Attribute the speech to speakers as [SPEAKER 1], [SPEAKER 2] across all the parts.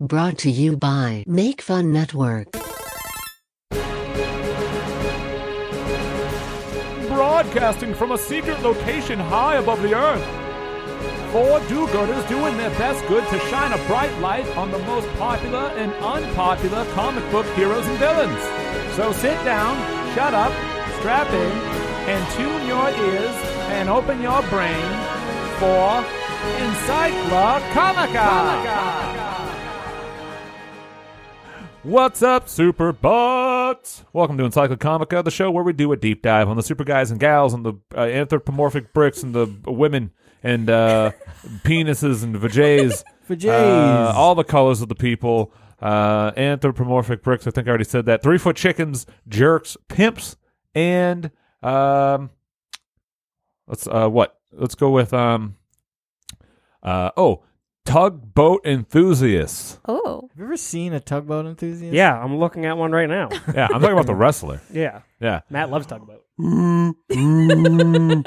[SPEAKER 1] Brought to you by Make Fun Network.
[SPEAKER 2] broadcasting from a secret location high above the earth. Four do-gooders doing their best good to shine a bright light on the most popular and unpopular comic book heroes and villains. So sit down, shut up, strap in, and tune your ears and open your brain for Encycla Comica. What's up, Super Butts? Welcome to Encyclo Comica, the show where we do a deep dive on the super guys and gals and the uh, anthropomorphic bricks and the women and uh, penises and vajays.
[SPEAKER 3] Vajays.
[SPEAKER 2] Uh, all the colors of the people. Uh, anthropomorphic bricks, I think I already said that. Three foot chickens, jerks, pimps, and um, let's uh, what? Let's go with um, uh, oh, tugboat enthusiasts.
[SPEAKER 4] Oh,
[SPEAKER 3] Have you ever seen a tugboat enthusiast?
[SPEAKER 5] Yeah, I'm looking at one right now.
[SPEAKER 2] Yeah, I'm talking about the wrestler.
[SPEAKER 5] yeah,
[SPEAKER 2] Yeah.
[SPEAKER 5] Matt loves tugboat.
[SPEAKER 2] You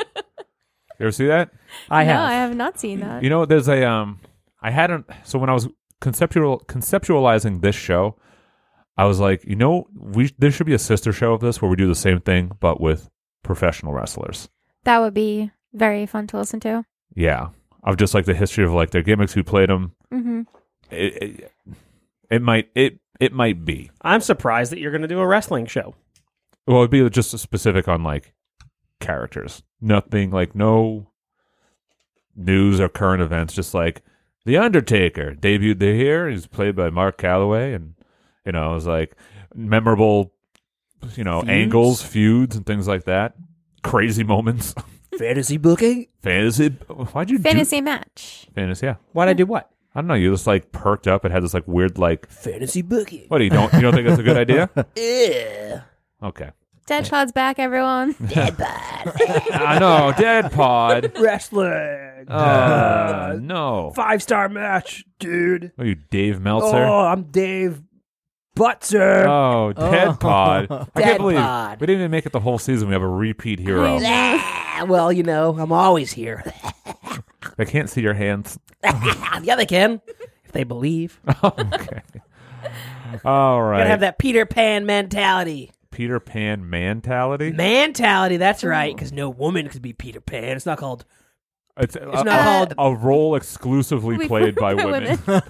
[SPEAKER 2] ever see that?
[SPEAKER 5] I
[SPEAKER 4] no,
[SPEAKER 5] have.
[SPEAKER 4] I have not seen that.
[SPEAKER 2] You know, there's a um I hadn't so when I was conceptual conceptualizing this show, I was like, you know, we there should be a sister show of this where we do the same thing but with professional wrestlers.
[SPEAKER 4] That would be very fun to listen to.
[SPEAKER 2] Yeah. Of just like the history of like their gimmicks, who played them.
[SPEAKER 4] hmm
[SPEAKER 2] It, it, it might it it might be.
[SPEAKER 5] I'm surprised that you're going to do a wrestling show.
[SPEAKER 2] Well, it'd be just specific on like characters. Nothing like no news or current events. Just like the Undertaker debuted here. He's played by Mark Calloway, and you know, it was like memorable, you know,
[SPEAKER 3] Feuds?
[SPEAKER 2] angles, feuds, and things like that. Crazy moments.
[SPEAKER 5] Fantasy booking?
[SPEAKER 2] Fantasy. Why'd you
[SPEAKER 4] Fantasy match.
[SPEAKER 2] do fantasy? Yeah,
[SPEAKER 5] Why'd I do what?
[SPEAKER 2] I don't know. You just like perked up. It had this like weird like.
[SPEAKER 5] Fantasy booking.
[SPEAKER 2] What do you don't you don't think that's a good idea? Okay.
[SPEAKER 4] Dead Pod's back, everyone.
[SPEAKER 2] I know. Dead pod.
[SPEAKER 5] Wrestling.
[SPEAKER 2] Uh, no.
[SPEAKER 5] Five star match, dude.
[SPEAKER 2] Oh, you Dave Meltzer.
[SPEAKER 6] Oh,
[SPEAKER 5] I'm Dave Butzer.
[SPEAKER 2] Oh, Dead
[SPEAKER 3] Oh.
[SPEAKER 2] Pod. I can't
[SPEAKER 6] Dead
[SPEAKER 2] believe
[SPEAKER 6] Pod.
[SPEAKER 2] we didn't even make it the whole season. We have a repeat hero.
[SPEAKER 6] Ah, well, you know, I'm always here.
[SPEAKER 2] I can't see your hands.
[SPEAKER 6] yeah, they can. If they believe.
[SPEAKER 2] okay. All
[SPEAKER 6] Gotta have
[SPEAKER 2] right.
[SPEAKER 6] that Peter Pan mentality.
[SPEAKER 2] Peter Pan mentality.
[SPEAKER 6] Mentality, that's right, because no woman could be Peter Pan. It's not called.
[SPEAKER 2] It's,
[SPEAKER 6] It's
[SPEAKER 2] a,
[SPEAKER 6] not called.
[SPEAKER 2] a role exclusively
[SPEAKER 4] We-
[SPEAKER 2] played by women.
[SPEAKER 4] You're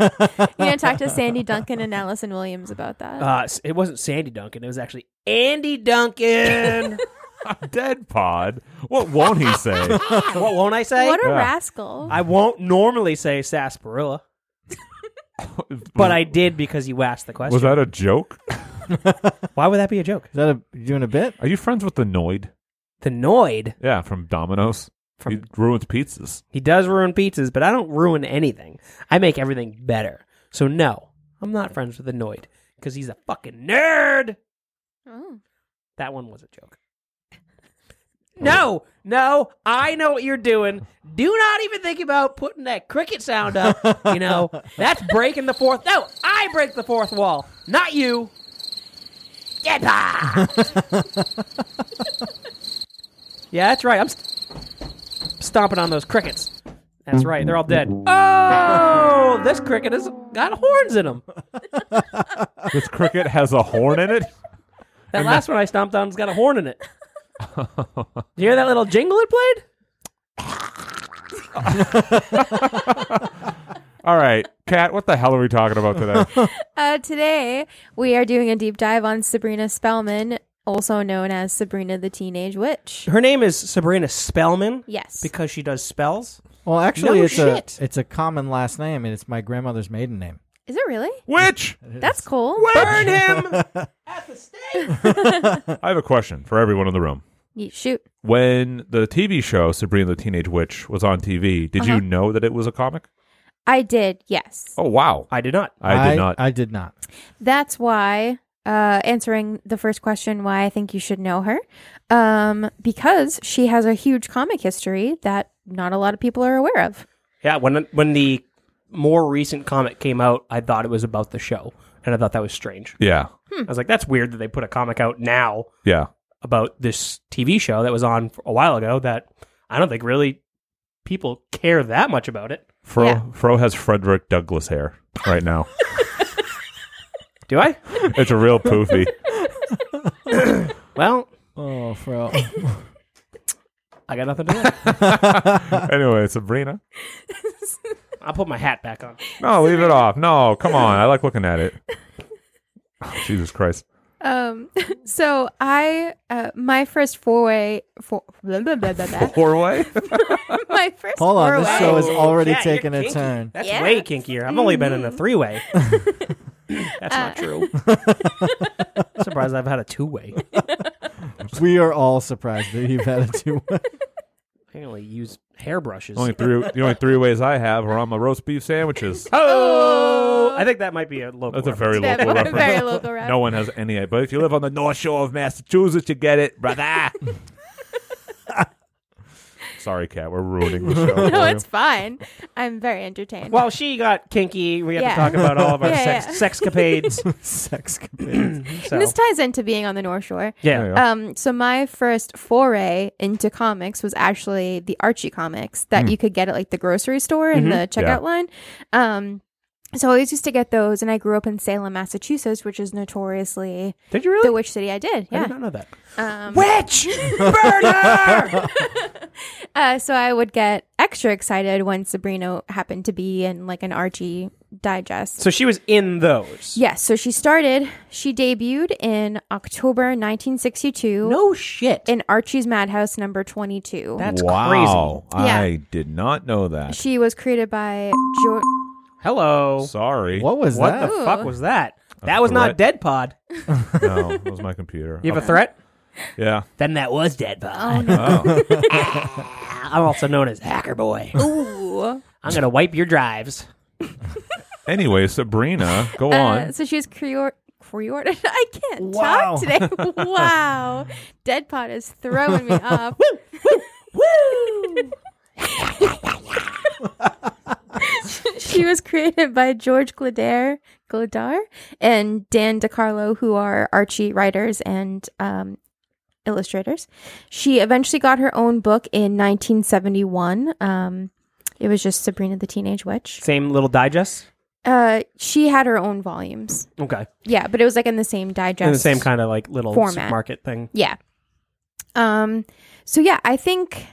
[SPEAKER 4] gonna talk to Sandy Duncan and Allison Williams about that.
[SPEAKER 5] Uh, s- it wasn't Sandy Duncan. It was actually.
[SPEAKER 6] Andy Duncan.
[SPEAKER 2] Dead Pod. What won't he say?
[SPEAKER 5] What won't I say?
[SPEAKER 4] what a
[SPEAKER 2] yeah.
[SPEAKER 4] rascal!
[SPEAKER 5] I won't normally say sarsaparilla, but I did because you asked the question.
[SPEAKER 2] was that a joke?
[SPEAKER 5] Why would that be a joke?
[SPEAKER 3] Is that a you doing a bit?
[SPEAKER 2] Are you friends with the Noid?
[SPEAKER 5] The Noid.
[SPEAKER 2] Yeah, from Domino's. he
[SPEAKER 5] From-
[SPEAKER 2] ruins pizzas.
[SPEAKER 5] He does ruin pizzas, but I don't ruin anything. I make everything better. So no, I'm not friends with the Noid because he's a fucking nerd.
[SPEAKER 4] Oh.
[SPEAKER 5] That one was a joke. No, no, I know what you're doing. Do not even think about putting that cricket sound up. You know, that's breaking the fourth. No, I break the fourth wall, not you. Get back. yeah, that's right. I'm st- stomping on those crickets. That's right. They're all dead. Oh, this cricket has got horns in him.
[SPEAKER 2] This cricket has a horn in it.
[SPEAKER 5] That last one I stomped on has got a horn in it. you hear that little jingle it played?
[SPEAKER 2] All right, Kat. What the hell are we talking about today?
[SPEAKER 4] Uh, today we are doing a deep dive on Sabrina Spellman, also known as Sabrina the Teenage Witch.
[SPEAKER 5] Her name is Sabrina Spellman
[SPEAKER 4] Yes.
[SPEAKER 5] because she does spells.
[SPEAKER 3] Well, actually,
[SPEAKER 5] No
[SPEAKER 3] it's
[SPEAKER 5] shit.
[SPEAKER 3] a it's a common last name, and it's my grandmother's maiden name.
[SPEAKER 4] Is it really?
[SPEAKER 2] Which?
[SPEAKER 4] That's cool.
[SPEAKER 5] Burn him!
[SPEAKER 2] I have a question for everyone in the room.
[SPEAKER 4] Ye- shoot.
[SPEAKER 2] When the TV show Sabrina the Teenage Witch was on TV, did you know that it was a comic?
[SPEAKER 4] I did. Yes.
[SPEAKER 2] Oh wow,
[SPEAKER 5] I did not.
[SPEAKER 2] I, did not.
[SPEAKER 3] I did not.
[SPEAKER 4] That's why, uh, answering the first question, why I think you should know her, um, because she has a huge comic history that not a lot of people are aware of.
[SPEAKER 5] Yeah, when when the more recent comic came out, I thought it was about the show, and I thought that was strange.
[SPEAKER 2] yeah,
[SPEAKER 5] I was like, that's weird that they put a comic out now
[SPEAKER 2] yeah.
[SPEAKER 5] about this TV show that was on a while ago. That I don't think really people care that much about it.
[SPEAKER 2] Fro
[SPEAKER 4] Yeah.
[SPEAKER 2] Fro has Frederick Douglass hair right now.
[SPEAKER 5] Do I?
[SPEAKER 2] It's a real poofy.
[SPEAKER 5] Well,
[SPEAKER 3] Oh, Fro.
[SPEAKER 5] I got nothing to do.
[SPEAKER 2] anyway, Sabrina.
[SPEAKER 5] I'll put my hat back on.
[SPEAKER 2] No, leave it off. No, come on. I like looking at it. Oh, Jesus Christ.
[SPEAKER 4] Um, so I, uh, my first four way, four, blah, blah, blah, blah, blah.
[SPEAKER 2] Four way?
[SPEAKER 4] my first
[SPEAKER 3] Hold on,
[SPEAKER 4] four
[SPEAKER 3] this show is
[SPEAKER 4] way.
[SPEAKER 3] already
[SPEAKER 5] Yeah, you're
[SPEAKER 3] taking a
[SPEAKER 5] kinky.
[SPEAKER 3] turn.
[SPEAKER 5] That's
[SPEAKER 4] Yeah. Mm-hmm.
[SPEAKER 5] way kinkier. I've only been in a three way. That's not true. Surprised I've had a two way.
[SPEAKER 3] We are all surprised that you've had a two.
[SPEAKER 5] I can only use hairbrushes.
[SPEAKER 2] only three the only three ways I have are on my roast beef sandwiches.
[SPEAKER 5] Oh, I think that might be a local.
[SPEAKER 2] That's a
[SPEAKER 5] reference.
[SPEAKER 2] very local
[SPEAKER 4] Very-
[SPEAKER 2] reference.
[SPEAKER 4] very local reference.
[SPEAKER 2] No one has any idea. But if you live on the North Shore of Massachusetts, you get it, brother. Sorry, Cat, we're ruining the show.
[SPEAKER 4] No,
[SPEAKER 2] for
[SPEAKER 4] it's fine. I'm very entertained.
[SPEAKER 5] Well, she got kinky. We have
[SPEAKER 4] Yeah.
[SPEAKER 5] to talk about all of our
[SPEAKER 4] Yeah,
[SPEAKER 5] sex
[SPEAKER 4] yeah.
[SPEAKER 5] sexcapades.
[SPEAKER 3] Sex capades.
[SPEAKER 5] So.
[SPEAKER 4] This ties into being on the North Shore.
[SPEAKER 2] you. There
[SPEAKER 5] yeah.
[SPEAKER 2] you go.
[SPEAKER 4] Um, so my first foray into comics was actually the Archie comics
[SPEAKER 5] Mm.
[SPEAKER 4] that you could get at like the grocery store in the
[SPEAKER 5] Mm-hmm.
[SPEAKER 4] checkout
[SPEAKER 2] Yeah.
[SPEAKER 4] line. Um, so I always used to get those, and I grew up in Salem, Massachusetts, which is notoriously
[SPEAKER 5] Did you really?
[SPEAKER 4] the witch city. I did,
[SPEAKER 5] I
[SPEAKER 4] yeah.
[SPEAKER 5] did not know that.
[SPEAKER 4] Um,
[SPEAKER 5] Witch burner.
[SPEAKER 4] uh, so I would get extra excited when Sabrina happened to be in like an Archie digest.
[SPEAKER 5] so she was in those.
[SPEAKER 4] Yes, so she started, she debuted in October 1962
[SPEAKER 5] No shit.
[SPEAKER 4] in Archie's Madhouse number 22.
[SPEAKER 5] That's
[SPEAKER 2] wow.
[SPEAKER 5] crazy.
[SPEAKER 4] Yeah.
[SPEAKER 2] I did not know that.
[SPEAKER 4] she was created by jo-
[SPEAKER 5] Hello.
[SPEAKER 2] Sorry.
[SPEAKER 3] What was
[SPEAKER 5] What
[SPEAKER 3] that?
[SPEAKER 5] the fuck
[SPEAKER 4] Ooh.
[SPEAKER 5] was that? That was not
[SPEAKER 2] threat.
[SPEAKER 5] Dead Pod.
[SPEAKER 2] No, it was my computer.
[SPEAKER 5] You have
[SPEAKER 2] Oh,
[SPEAKER 5] a threat?
[SPEAKER 2] yeah.
[SPEAKER 6] Then that was Dead Pod.
[SPEAKER 2] Oh.
[SPEAKER 5] I'm also known as Hacker Boy.
[SPEAKER 4] Ooh.
[SPEAKER 5] I'm gonna wipe your drives.
[SPEAKER 2] Anyway, Sabrina, go
[SPEAKER 4] Uh,
[SPEAKER 2] on.
[SPEAKER 4] so she was creor- created. I can't
[SPEAKER 3] Wow.
[SPEAKER 4] talk today. wow. Deadpot is throwing me off. she was created by George Gladare, Gladar and Dan DiCarlo, who are Archie writers and um, illustrators. She eventually got her own book in 1971. Um, it was just Sabrina the Teenage Witch.
[SPEAKER 5] Same little digest.
[SPEAKER 4] Uh, she had her own volumes.
[SPEAKER 5] Okay.
[SPEAKER 4] Yeah, but it was like in the same digest.
[SPEAKER 5] In the same kind of like little
[SPEAKER 4] Format.
[SPEAKER 5] supermarket thing.
[SPEAKER 4] Yeah. Um. So yeah, I think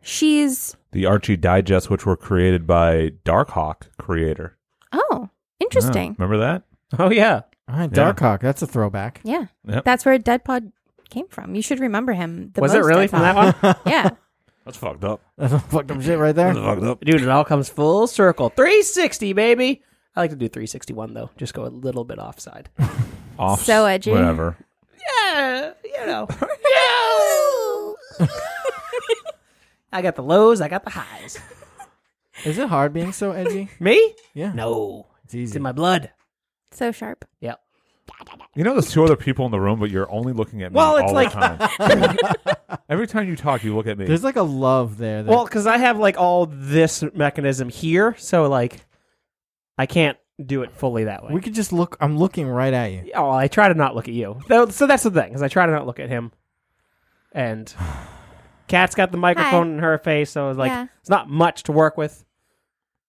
[SPEAKER 4] she's.
[SPEAKER 2] the Archie Digest, which were created by Darkhawk creator.
[SPEAKER 4] Oh,
[SPEAKER 2] Yeah,
[SPEAKER 4] interesting.
[SPEAKER 2] remember that?
[SPEAKER 5] Oh yeah.
[SPEAKER 3] All right, Darkhawk. That's a throwback.
[SPEAKER 4] Yeah,
[SPEAKER 2] Yep.
[SPEAKER 4] that's where Deadpod came from. You should remember him. The
[SPEAKER 5] was it
[SPEAKER 4] most
[SPEAKER 5] really
[SPEAKER 4] Deadpod.
[SPEAKER 5] from that one?
[SPEAKER 4] yeah.
[SPEAKER 2] That's fucked up.
[SPEAKER 3] That's some fucked up shit right there.
[SPEAKER 2] fucked up.
[SPEAKER 5] Dude, it all comes full circle. 360, baby. I like to do 361 though. Just go a little bit offside.
[SPEAKER 2] Off.
[SPEAKER 4] So edgy.
[SPEAKER 2] Whatever.
[SPEAKER 5] Yeah, you know. Yeah. I got the lows, I got the highs.
[SPEAKER 3] Is it hard being so edgy?
[SPEAKER 5] Me?
[SPEAKER 3] Yeah.
[SPEAKER 5] No.
[SPEAKER 3] It's easy.
[SPEAKER 5] It's in my blood.
[SPEAKER 4] So sharp.
[SPEAKER 5] Yep.
[SPEAKER 2] You know, there's two other people in the room, but you're only looking at me
[SPEAKER 5] Well,
[SPEAKER 2] all
[SPEAKER 5] it's like-
[SPEAKER 2] the time. Every time you talk, you look at me.
[SPEAKER 3] There's like a love there. That,
[SPEAKER 5] Well, because I have like all this mechanism here, so like I can't do it fully that way.
[SPEAKER 3] we could just look. I'm looking right at you.
[SPEAKER 5] oh, I try to not look at you. Though, so that's the thing, because I try to not look at him. And Kat's got the microphone in her face, so it's like
[SPEAKER 4] Yeah.
[SPEAKER 5] it's not much to work with.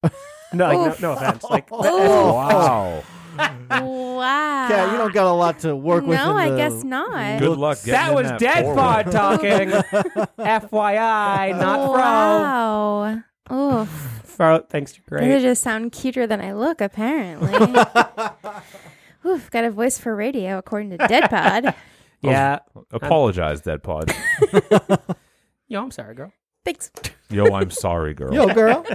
[SPEAKER 5] No, like,
[SPEAKER 4] Oof.
[SPEAKER 5] no, no offense. Like,
[SPEAKER 2] wow.
[SPEAKER 4] wow.
[SPEAKER 3] Yeah, you don't got a lot to work with.
[SPEAKER 4] No,
[SPEAKER 3] in
[SPEAKER 4] I
[SPEAKER 3] the-
[SPEAKER 4] guess not.
[SPEAKER 2] Good luck. Getting
[SPEAKER 5] that
[SPEAKER 2] in
[SPEAKER 5] was
[SPEAKER 2] that
[SPEAKER 5] Dead
[SPEAKER 2] forward.
[SPEAKER 5] Pod talking. FYI, not wow.
[SPEAKER 4] Oh, wow. Oh,
[SPEAKER 5] fro. Fro, thanks to
[SPEAKER 4] they
[SPEAKER 5] Grace.
[SPEAKER 4] just sound cuter than I look. Apparently. Oof, got a voice for radio, according to Deadpod.
[SPEAKER 5] Yeah.
[SPEAKER 2] Apologize, Dead Pod.
[SPEAKER 5] Yo, I'm sorry, girl.
[SPEAKER 4] Thanks.
[SPEAKER 2] Yo, I'm sorry, girl.
[SPEAKER 3] Yo, girl.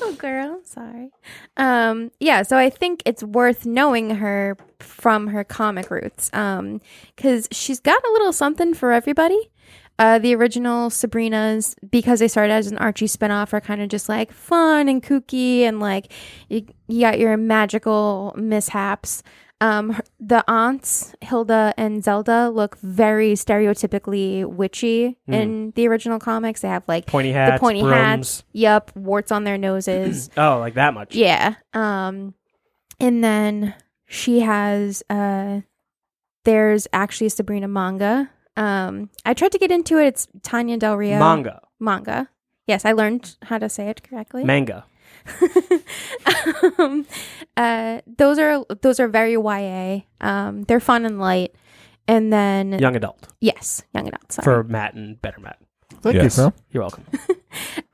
[SPEAKER 4] Oh, girl, sorry. Um, yeah, so I think it's worth knowing her from her comic roots because she's got a little something for everybody. Uh, the original Sabrinas, because they started as an Archie spinoff, are kind of just like fun and kooky and like you, you got your magical mishaps. Um, her- the aunts, Hilda and Zelda, look very stereotypically witchy in the original comics. They have like
[SPEAKER 5] Pointy hats,
[SPEAKER 4] the pointy
[SPEAKER 5] brooms.
[SPEAKER 4] hats, Yep, warts on their noses.
[SPEAKER 5] Oh, like that much.
[SPEAKER 4] yeah. Um and then she has uh there's actually a Sabrina manga. Um I tried to get into it. It's Tanya Del Rio
[SPEAKER 5] Manga.
[SPEAKER 4] manga. Yes, I learned how to say it correctly.
[SPEAKER 5] Manga.
[SPEAKER 4] um, uh, those are those are very YA. Um, they're fun and light. And then
[SPEAKER 5] Young adult
[SPEAKER 4] yes, young adult. Sorry.
[SPEAKER 5] for Matt and Better Matt.
[SPEAKER 7] Thank
[SPEAKER 2] Yes.
[SPEAKER 7] you, Phil.
[SPEAKER 5] You're welcome.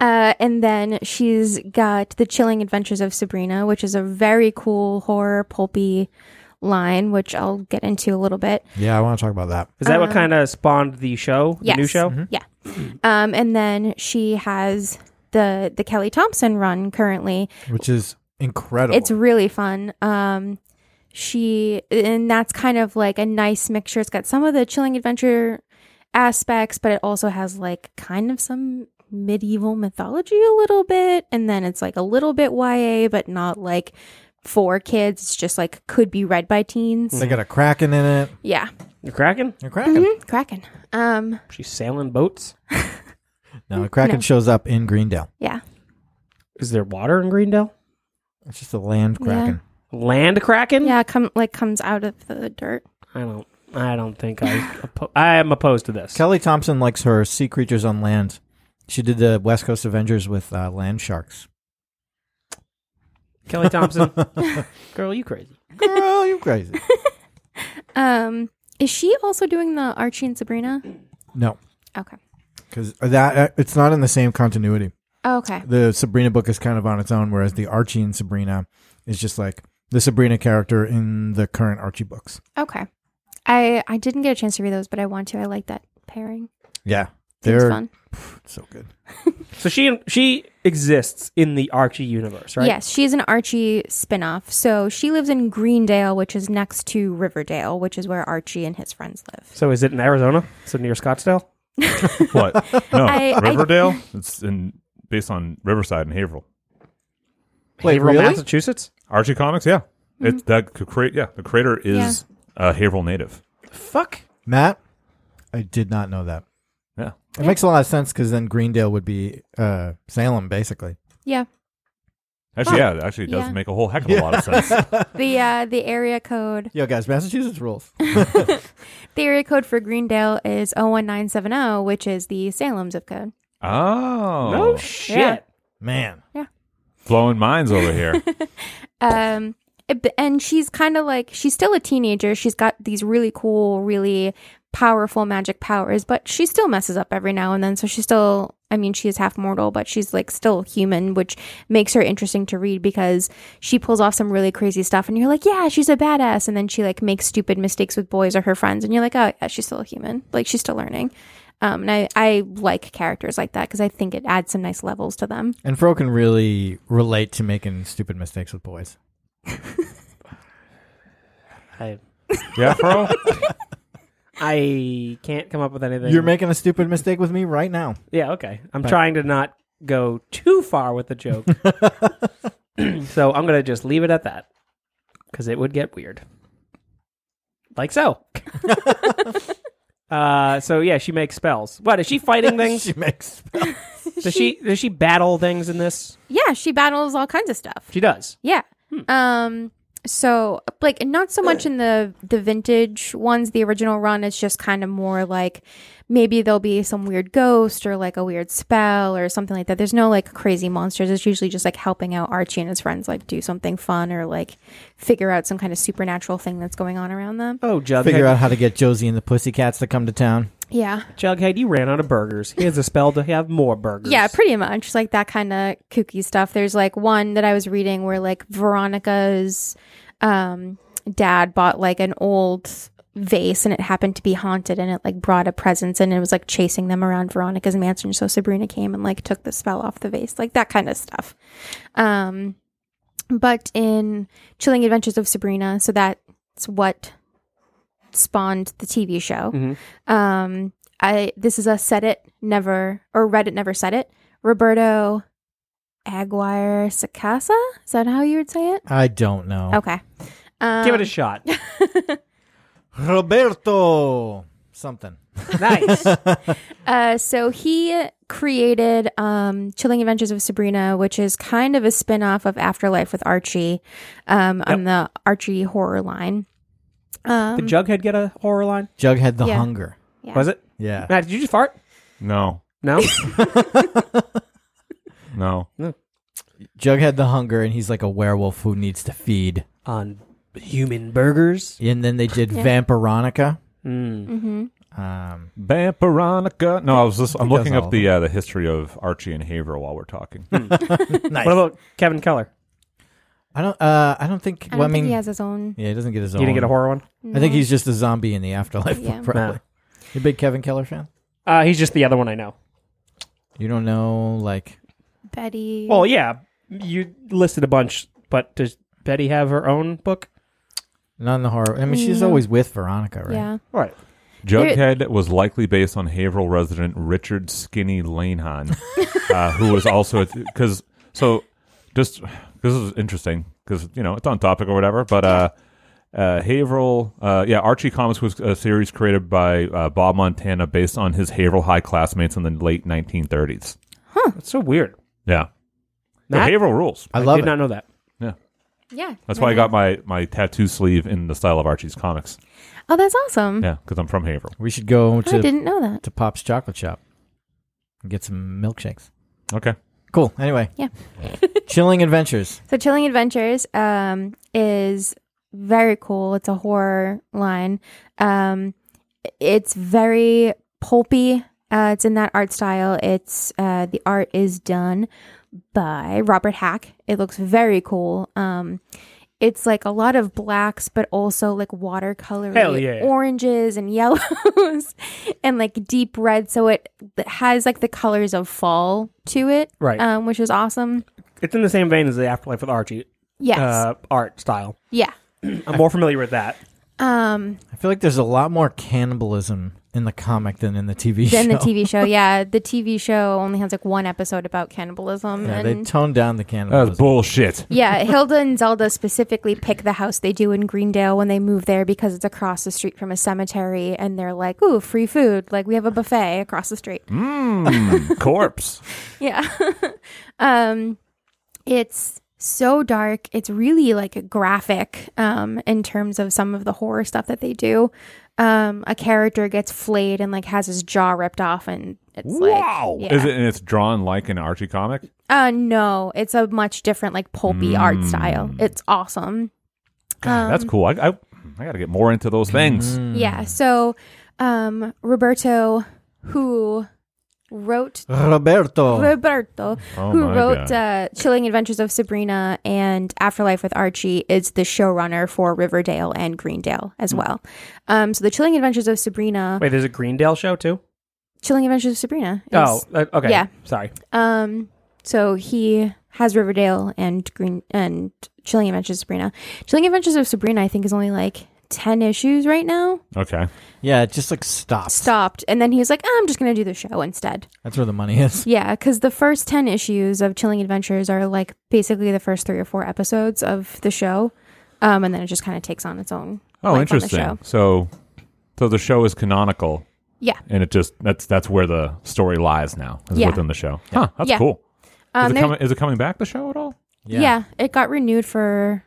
[SPEAKER 4] Uh, and then she's got The Chilling Adventures of Sabrina, which is a very cool horror pulpy line, which I'll get into a little bit.
[SPEAKER 7] Yeah, I want to talk about that.
[SPEAKER 5] Is that what kind of spawned the show, the new
[SPEAKER 4] Uh-huh. Yes.
[SPEAKER 5] show?
[SPEAKER 4] Yeah. Um, and then she has the the Kelly Thompson run currently.
[SPEAKER 7] Which is incredible.
[SPEAKER 4] It's really fun. Um, she and that's kind of like a nice mixture. It's got some of the chilling adventure aspects, but it also has like kind of some medieval mythology a little bit, and then it's like a little bit YA, but not like for kids. It's just like could be read by teens.
[SPEAKER 7] they got a Kraken in it.
[SPEAKER 4] Yeah,
[SPEAKER 5] You're cracking?
[SPEAKER 7] A Kraken.
[SPEAKER 4] Kraken. Um,
[SPEAKER 5] She's sailing boats.
[SPEAKER 7] No, a Kraken
[SPEAKER 4] No.
[SPEAKER 7] shows up in Greendale.
[SPEAKER 4] yeah,
[SPEAKER 5] Is there water in Greendale?
[SPEAKER 7] It's just a land
[SPEAKER 4] Yeah.
[SPEAKER 7] Kraken.
[SPEAKER 5] Land cracking?
[SPEAKER 4] yeah. Come like comes out of the dirt.
[SPEAKER 5] I don't. I don't think I. oppo- I am opposed to this.
[SPEAKER 7] Kelly Thompson likes her sea creatures on land. She did the West Coast Avengers with uh, land sharks.
[SPEAKER 5] Kelly Thompson, girl, you crazy?
[SPEAKER 7] Girl, you crazy.
[SPEAKER 4] Um, is she also doing the Archie and Sabrina?
[SPEAKER 7] No,
[SPEAKER 4] Okay.
[SPEAKER 7] because that uh, it's not in the same continuity.
[SPEAKER 4] Okay.
[SPEAKER 7] The Sabrina book is kind of on its own, whereas the Archie and Sabrina is just like the Sabrina character in the current Archie books.
[SPEAKER 4] Okay. I I didn't get a chance to read those, but I want to. I like that pairing.
[SPEAKER 7] Yeah,
[SPEAKER 4] Seems
[SPEAKER 7] they're
[SPEAKER 4] fun.
[SPEAKER 7] so good.
[SPEAKER 5] So she she exists in the Archie universe, right?
[SPEAKER 4] Yes, she's an Archie spinoff. So she lives in Greendale, which is next to Riverdale, which is where Archie and his friends live.
[SPEAKER 5] So is it in Arizona? So near Scottsdale?
[SPEAKER 2] What? No,
[SPEAKER 4] I- I-
[SPEAKER 2] Riverdale. it's in based on Riverside and Haverhill.
[SPEAKER 7] Wait,
[SPEAKER 5] Haverhill,
[SPEAKER 7] really?
[SPEAKER 5] Massachusetts?
[SPEAKER 2] Archie Comics. Yeah,
[SPEAKER 4] Mm-hmm.
[SPEAKER 2] it's that c- cra- Yeah, the creator is a Haverhill native.
[SPEAKER 5] Fuck.
[SPEAKER 7] Matt, I did not know that.
[SPEAKER 2] Yeah,
[SPEAKER 7] It makes a lot of sense because then Greendale would be uh, Salem, basically.
[SPEAKER 4] Yeah.
[SPEAKER 2] actually, yeah, it actually does
[SPEAKER 4] Yeah.
[SPEAKER 2] make a whole heck of a lot of sense.
[SPEAKER 4] The uh, the area code
[SPEAKER 7] Yo, guys, Massachusetts rules.
[SPEAKER 4] the area code for Greendale is 01970, which is the Salem zip code.
[SPEAKER 2] Oh,
[SPEAKER 5] No shit.
[SPEAKER 4] Yeah.
[SPEAKER 7] Man,
[SPEAKER 2] blowing minds over here.
[SPEAKER 4] um it- and she's kind of like she's still a teenager she's got these really cool really powerful magic powers but she still messes up every now and then so she's still i mean she is half mortal but she's like still human which makes her interesting to read because she pulls off some really crazy stuff and you're like yeah she's a badass and then she like makes stupid mistakes with boys or her friends and you're like oh yeah she's still a human like she's still learning um, and I, I like characters like that because I think it adds some nice levels to them.
[SPEAKER 7] and Fro can really relate to making stupid mistakes with boys.
[SPEAKER 5] I
[SPEAKER 2] yeah, bro.
[SPEAKER 5] I can't come up with anything.
[SPEAKER 7] You're making a stupid mistake with me right now.
[SPEAKER 5] yeah. Okay. I'm trying to not go too far with the joke. so I'm gonna just leave it at that because it would get weird. Like so. uh. So yeah, she makes spells. What is she fighting things?
[SPEAKER 7] she makes.
[SPEAKER 5] Does she, does she battle things in this?
[SPEAKER 4] Yeah, she battles all kinds of stuff.
[SPEAKER 5] She does.
[SPEAKER 4] Yeah. Um so like not so much in the the vintage ones, the original run it's just kind of more like maybe there'll be some weird ghost or like a weird spell or something like that. There's no like crazy monsters. It's usually just like helping out Archie and his friends like do something fun or like figure out some kind of supernatural thing that's going on around them.
[SPEAKER 5] Oh, Jughead.
[SPEAKER 7] Figure out how to get Josie and the Pussycats to come to town.
[SPEAKER 4] Yeah.
[SPEAKER 5] Jughead, you ran out of burgers. Here's a spell to have more burgers.
[SPEAKER 4] Yeah, pretty much like that kind of kooky stuff. There's like one that I was reading where like Veronica's um, dad bought like an old vase and it happened to be haunted and it like brought a presence and it was like chasing them around Veronica's mansion. So Sabrina came and like took the spell off the vase, like that kind of stuff. Um, but in Chilling Adventures of Sabrina, so that's what spawned the TV show. Um, I this is a said it never or read it never said it. Roberto Aguirre Sacasa. Is that how you would say it?
[SPEAKER 7] I don't know.
[SPEAKER 4] Okay. Um,
[SPEAKER 5] Give it a shot.
[SPEAKER 7] Roberto something.
[SPEAKER 5] nice.
[SPEAKER 4] Uh, so he created um, Chilling Adventures of Sabrina, which is kind of a spin off of Afterlife with Archie um, on the Archie horror line. Uh,
[SPEAKER 5] Did Jughead get a horror line?
[SPEAKER 7] Jughead the
[SPEAKER 4] Yeah.
[SPEAKER 7] Hunger.
[SPEAKER 4] Yeah.
[SPEAKER 5] Was it?
[SPEAKER 7] Yeah.
[SPEAKER 5] Matt, did you just fart?
[SPEAKER 2] No,
[SPEAKER 5] No.
[SPEAKER 2] no.
[SPEAKER 7] Jughead the Hunger, and he's like a werewolf who needs to feed.
[SPEAKER 5] on human burgers.
[SPEAKER 7] And then they did Vampironica.
[SPEAKER 5] Mm.
[SPEAKER 4] Mm-hmm.
[SPEAKER 7] Um,
[SPEAKER 2] Vampironica. No, I was just, I'm
[SPEAKER 7] think
[SPEAKER 2] looking
[SPEAKER 7] that's
[SPEAKER 2] up
[SPEAKER 7] all
[SPEAKER 2] the uh, the history of Archie and Haver while we're talking.
[SPEAKER 7] nice.
[SPEAKER 5] What about Kevin Keller?
[SPEAKER 7] I don't. Uh, I don't think.
[SPEAKER 4] I don't
[SPEAKER 7] well, I
[SPEAKER 4] think
[SPEAKER 7] mean,
[SPEAKER 4] he has his own.
[SPEAKER 7] yeah, he doesn't get his
[SPEAKER 5] You
[SPEAKER 7] own.
[SPEAKER 5] didn't get a horror one.
[SPEAKER 7] I think
[SPEAKER 4] No.
[SPEAKER 7] he's just a zombie in the afterlife.
[SPEAKER 4] Yeah.
[SPEAKER 7] Probably. You a big Kevin Keller fan?
[SPEAKER 5] Uh, he's just the other one I know.
[SPEAKER 7] You don't know, like
[SPEAKER 4] Betty.
[SPEAKER 5] Well, yeah, you listed a bunch, but does Betty have her own book?
[SPEAKER 7] not in the horror. I mean, she's
[SPEAKER 4] No.
[SPEAKER 7] always with Veronica, right?
[SPEAKER 4] yeah.
[SPEAKER 5] Right.
[SPEAKER 2] Jughead was likely based on Haverhill resident Richard Skinny Lanehan, uh, who was also because so just this is interesting because you know it's on topic or whatever, but uh, uh, Haverhill, uh, yeah, Archie Comics was a series created by uh, Bob Montana based on his Haverhill High classmates in the late 1930s.
[SPEAKER 5] That's so weird.
[SPEAKER 2] Yeah, the
[SPEAKER 5] Matt?
[SPEAKER 2] Haverhill rules.
[SPEAKER 7] I love
[SPEAKER 5] Did
[SPEAKER 7] it.
[SPEAKER 5] not know that.
[SPEAKER 4] Yeah.
[SPEAKER 2] That's why I got my my tattoo sleeve in the style of Archie's comics.
[SPEAKER 4] Oh, that's awesome.
[SPEAKER 2] Yeah, because I'm from Haverhill.
[SPEAKER 7] we should go
[SPEAKER 4] I
[SPEAKER 7] to
[SPEAKER 4] didn't know that.
[SPEAKER 7] to Pop's Chocolate Shop and get some milkshakes.
[SPEAKER 2] Okay,
[SPEAKER 7] Cool. Anyway.
[SPEAKER 4] Yeah.
[SPEAKER 7] Chilling Adventures.
[SPEAKER 4] So, Chilling Adventures um, is very cool. It's a horror line. Um, it's very pulpy. Uh, it's in that art style. It's uh, the art is done by Robert Hack. It looks very cool. Um, it's like a lot of blacks, but also like watercolor
[SPEAKER 5] Hell yeah.
[SPEAKER 4] oranges and yellows and like deep red. So it it has like the colors of fall to it,
[SPEAKER 5] Right.
[SPEAKER 4] um, which is awesome.
[SPEAKER 5] It's in the same vein as the Afterlife with Archie
[SPEAKER 4] Yes.
[SPEAKER 5] uh, art style.
[SPEAKER 4] yeah.
[SPEAKER 5] I'm more familiar with that.
[SPEAKER 4] Um,
[SPEAKER 7] I feel like there's a lot more cannibalism in the comic than in the TV
[SPEAKER 4] then
[SPEAKER 7] show.
[SPEAKER 4] the TV show. Yeah. The TV show only has like one episode about cannibalism.
[SPEAKER 7] Yeah, they
[SPEAKER 4] and
[SPEAKER 7] toned down the
[SPEAKER 2] that's
[SPEAKER 7] cannibalism.
[SPEAKER 2] bullshit.
[SPEAKER 4] yeah. Hilda and Zelda specifically pick the house they do in Greendale when they move there because it's across the street from a cemetery. And they're like, ooh, free food. Like we have a buffet across the street.
[SPEAKER 2] Mm, corpse.
[SPEAKER 4] Yeah. um it's so dark. It's really like graphic um in terms of some of the horror stuff that they do. Um a character gets flayed and like has his jaw ripped off and it's
[SPEAKER 2] Wow.
[SPEAKER 4] like yeah.
[SPEAKER 2] Is it and it's drawn like an Archie comic?
[SPEAKER 4] Uh no, it's a much different like pulpy art
[SPEAKER 2] Mm.
[SPEAKER 4] style. It's awesome.
[SPEAKER 2] God, that's
[SPEAKER 4] Um,
[SPEAKER 2] cool. I, I I gotta get more into those things.
[SPEAKER 7] Mm.
[SPEAKER 4] Yeah. So um Roberto who wrote
[SPEAKER 7] Roberto.
[SPEAKER 4] Roberto
[SPEAKER 2] Oh
[SPEAKER 4] who
[SPEAKER 2] my
[SPEAKER 4] wrote
[SPEAKER 2] God.
[SPEAKER 4] uh, Chilling Adventures of Sabrina and Afterlife with Archie, is the showrunner for Riverdale and Greendale as
[SPEAKER 2] Mm.
[SPEAKER 4] well. Um, so the Chilling Adventures of Sabrina,
[SPEAKER 5] Wait, there's a Greendale show too?
[SPEAKER 4] Chilling Adventures of Sabrina. Is,
[SPEAKER 5] Oh, uh, okay.
[SPEAKER 4] Yeah.
[SPEAKER 5] Sorry.
[SPEAKER 4] Um, so he has Riverdale and Green and Chilling Adventures of Sabrina. Chilling Adventures of Sabrina, I think, is only like ten issues right now.
[SPEAKER 2] okay.
[SPEAKER 7] yeah, it just like stops.
[SPEAKER 4] Stopped, and then he was like, "Oh, "I'm just gonna do the show instead."
[SPEAKER 7] That's where the money is.
[SPEAKER 4] Yeah, because the first 10 issues of Chilling Adventures are like basically the first three or four episodes of the show. Um, and then it just kind of takes on its own.
[SPEAKER 2] Oh,
[SPEAKER 4] life on the
[SPEAKER 2] interesting.
[SPEAKER 4] show.
[SPEAKER 2] So, so the show is canonical,
[SPEAKER 4] Yeah.
[SPEAKER 2] and it just that's that's where the story lies now is
[SPEAKER 4] Yeah.
[SPEAKER 2] within the show. Huh. That's
[SPEAKER 4] Yeah.
[SPEAKER 2] cool. Is,
[SPEAKER 4] Um,
[SPEAKER 2] it
[SPEAKER 4] there-
[SPEAKER 2] coming, is it coming back the show at all?
[SPEAKER 4] yeah. it got renewed for,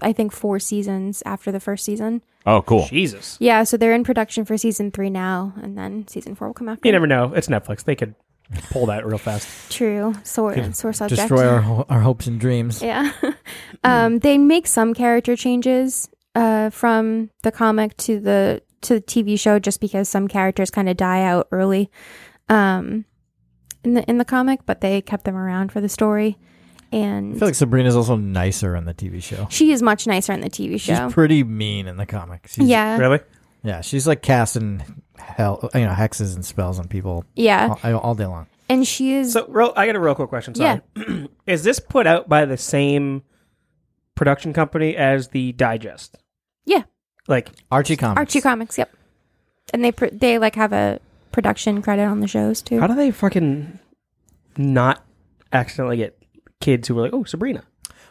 [SPEAKER 4] I think, four seasons after the first season.
[SPEAKER 2] Oh, cool.
[SPEAKER 5] Jesus.
[SPEAKER 4] Yeah, so they're in production for season three now, and then season four will come after.
[SPEAKER 5] You never know. It's Netflix. They could pull that real fast.
[SPEAKER 4] True. Sore, sore subject.
[SPEAKER 7] Destroy our, ho- our hopes and dreams.
[SPEAKER 4] Yeah. um, they make some character changes uh, from the comic to the to the TV show just because some characters kind of die out early um, in the in the comic, but they kept them around for the story.
[SPEAKER 7] I
[SPEAKER 4] And
[SPEAKER 7] feel like Sabrina's also nicer in the TV show.
[SPEAKER 4] she is much nicer in the TV
[SPEAKER 7] She's
[SPEAKER 4] show.
[SPEAKER 7] pretty mean in the comic. She's,
[SPEAKER 4] yeah.
[SPEAKER 5] Really?
[SPEAKER 7] Yeah, she's like casting hell, you know, hexes and spells on people
[SPEAKER 4] Yeah.
[SPEAKER 7] all, all day long.
[SPEAKER 4] And she is
[SPEAKER 5] So, real, I got a real quick question. Sorry. Is this put out by the same production company as the Digest?
[SPEAKER 4] Yeah.
[SPEAKER 5] Like,
[SPEAKER 7] Archie comics.
[SPEAKER 4] Archie Comics, yep. And they pr- they like have a production credit on the shows too.
[SPEAKER 5] how do they fucking not accidentally get kids who are like, oh, Sabrina?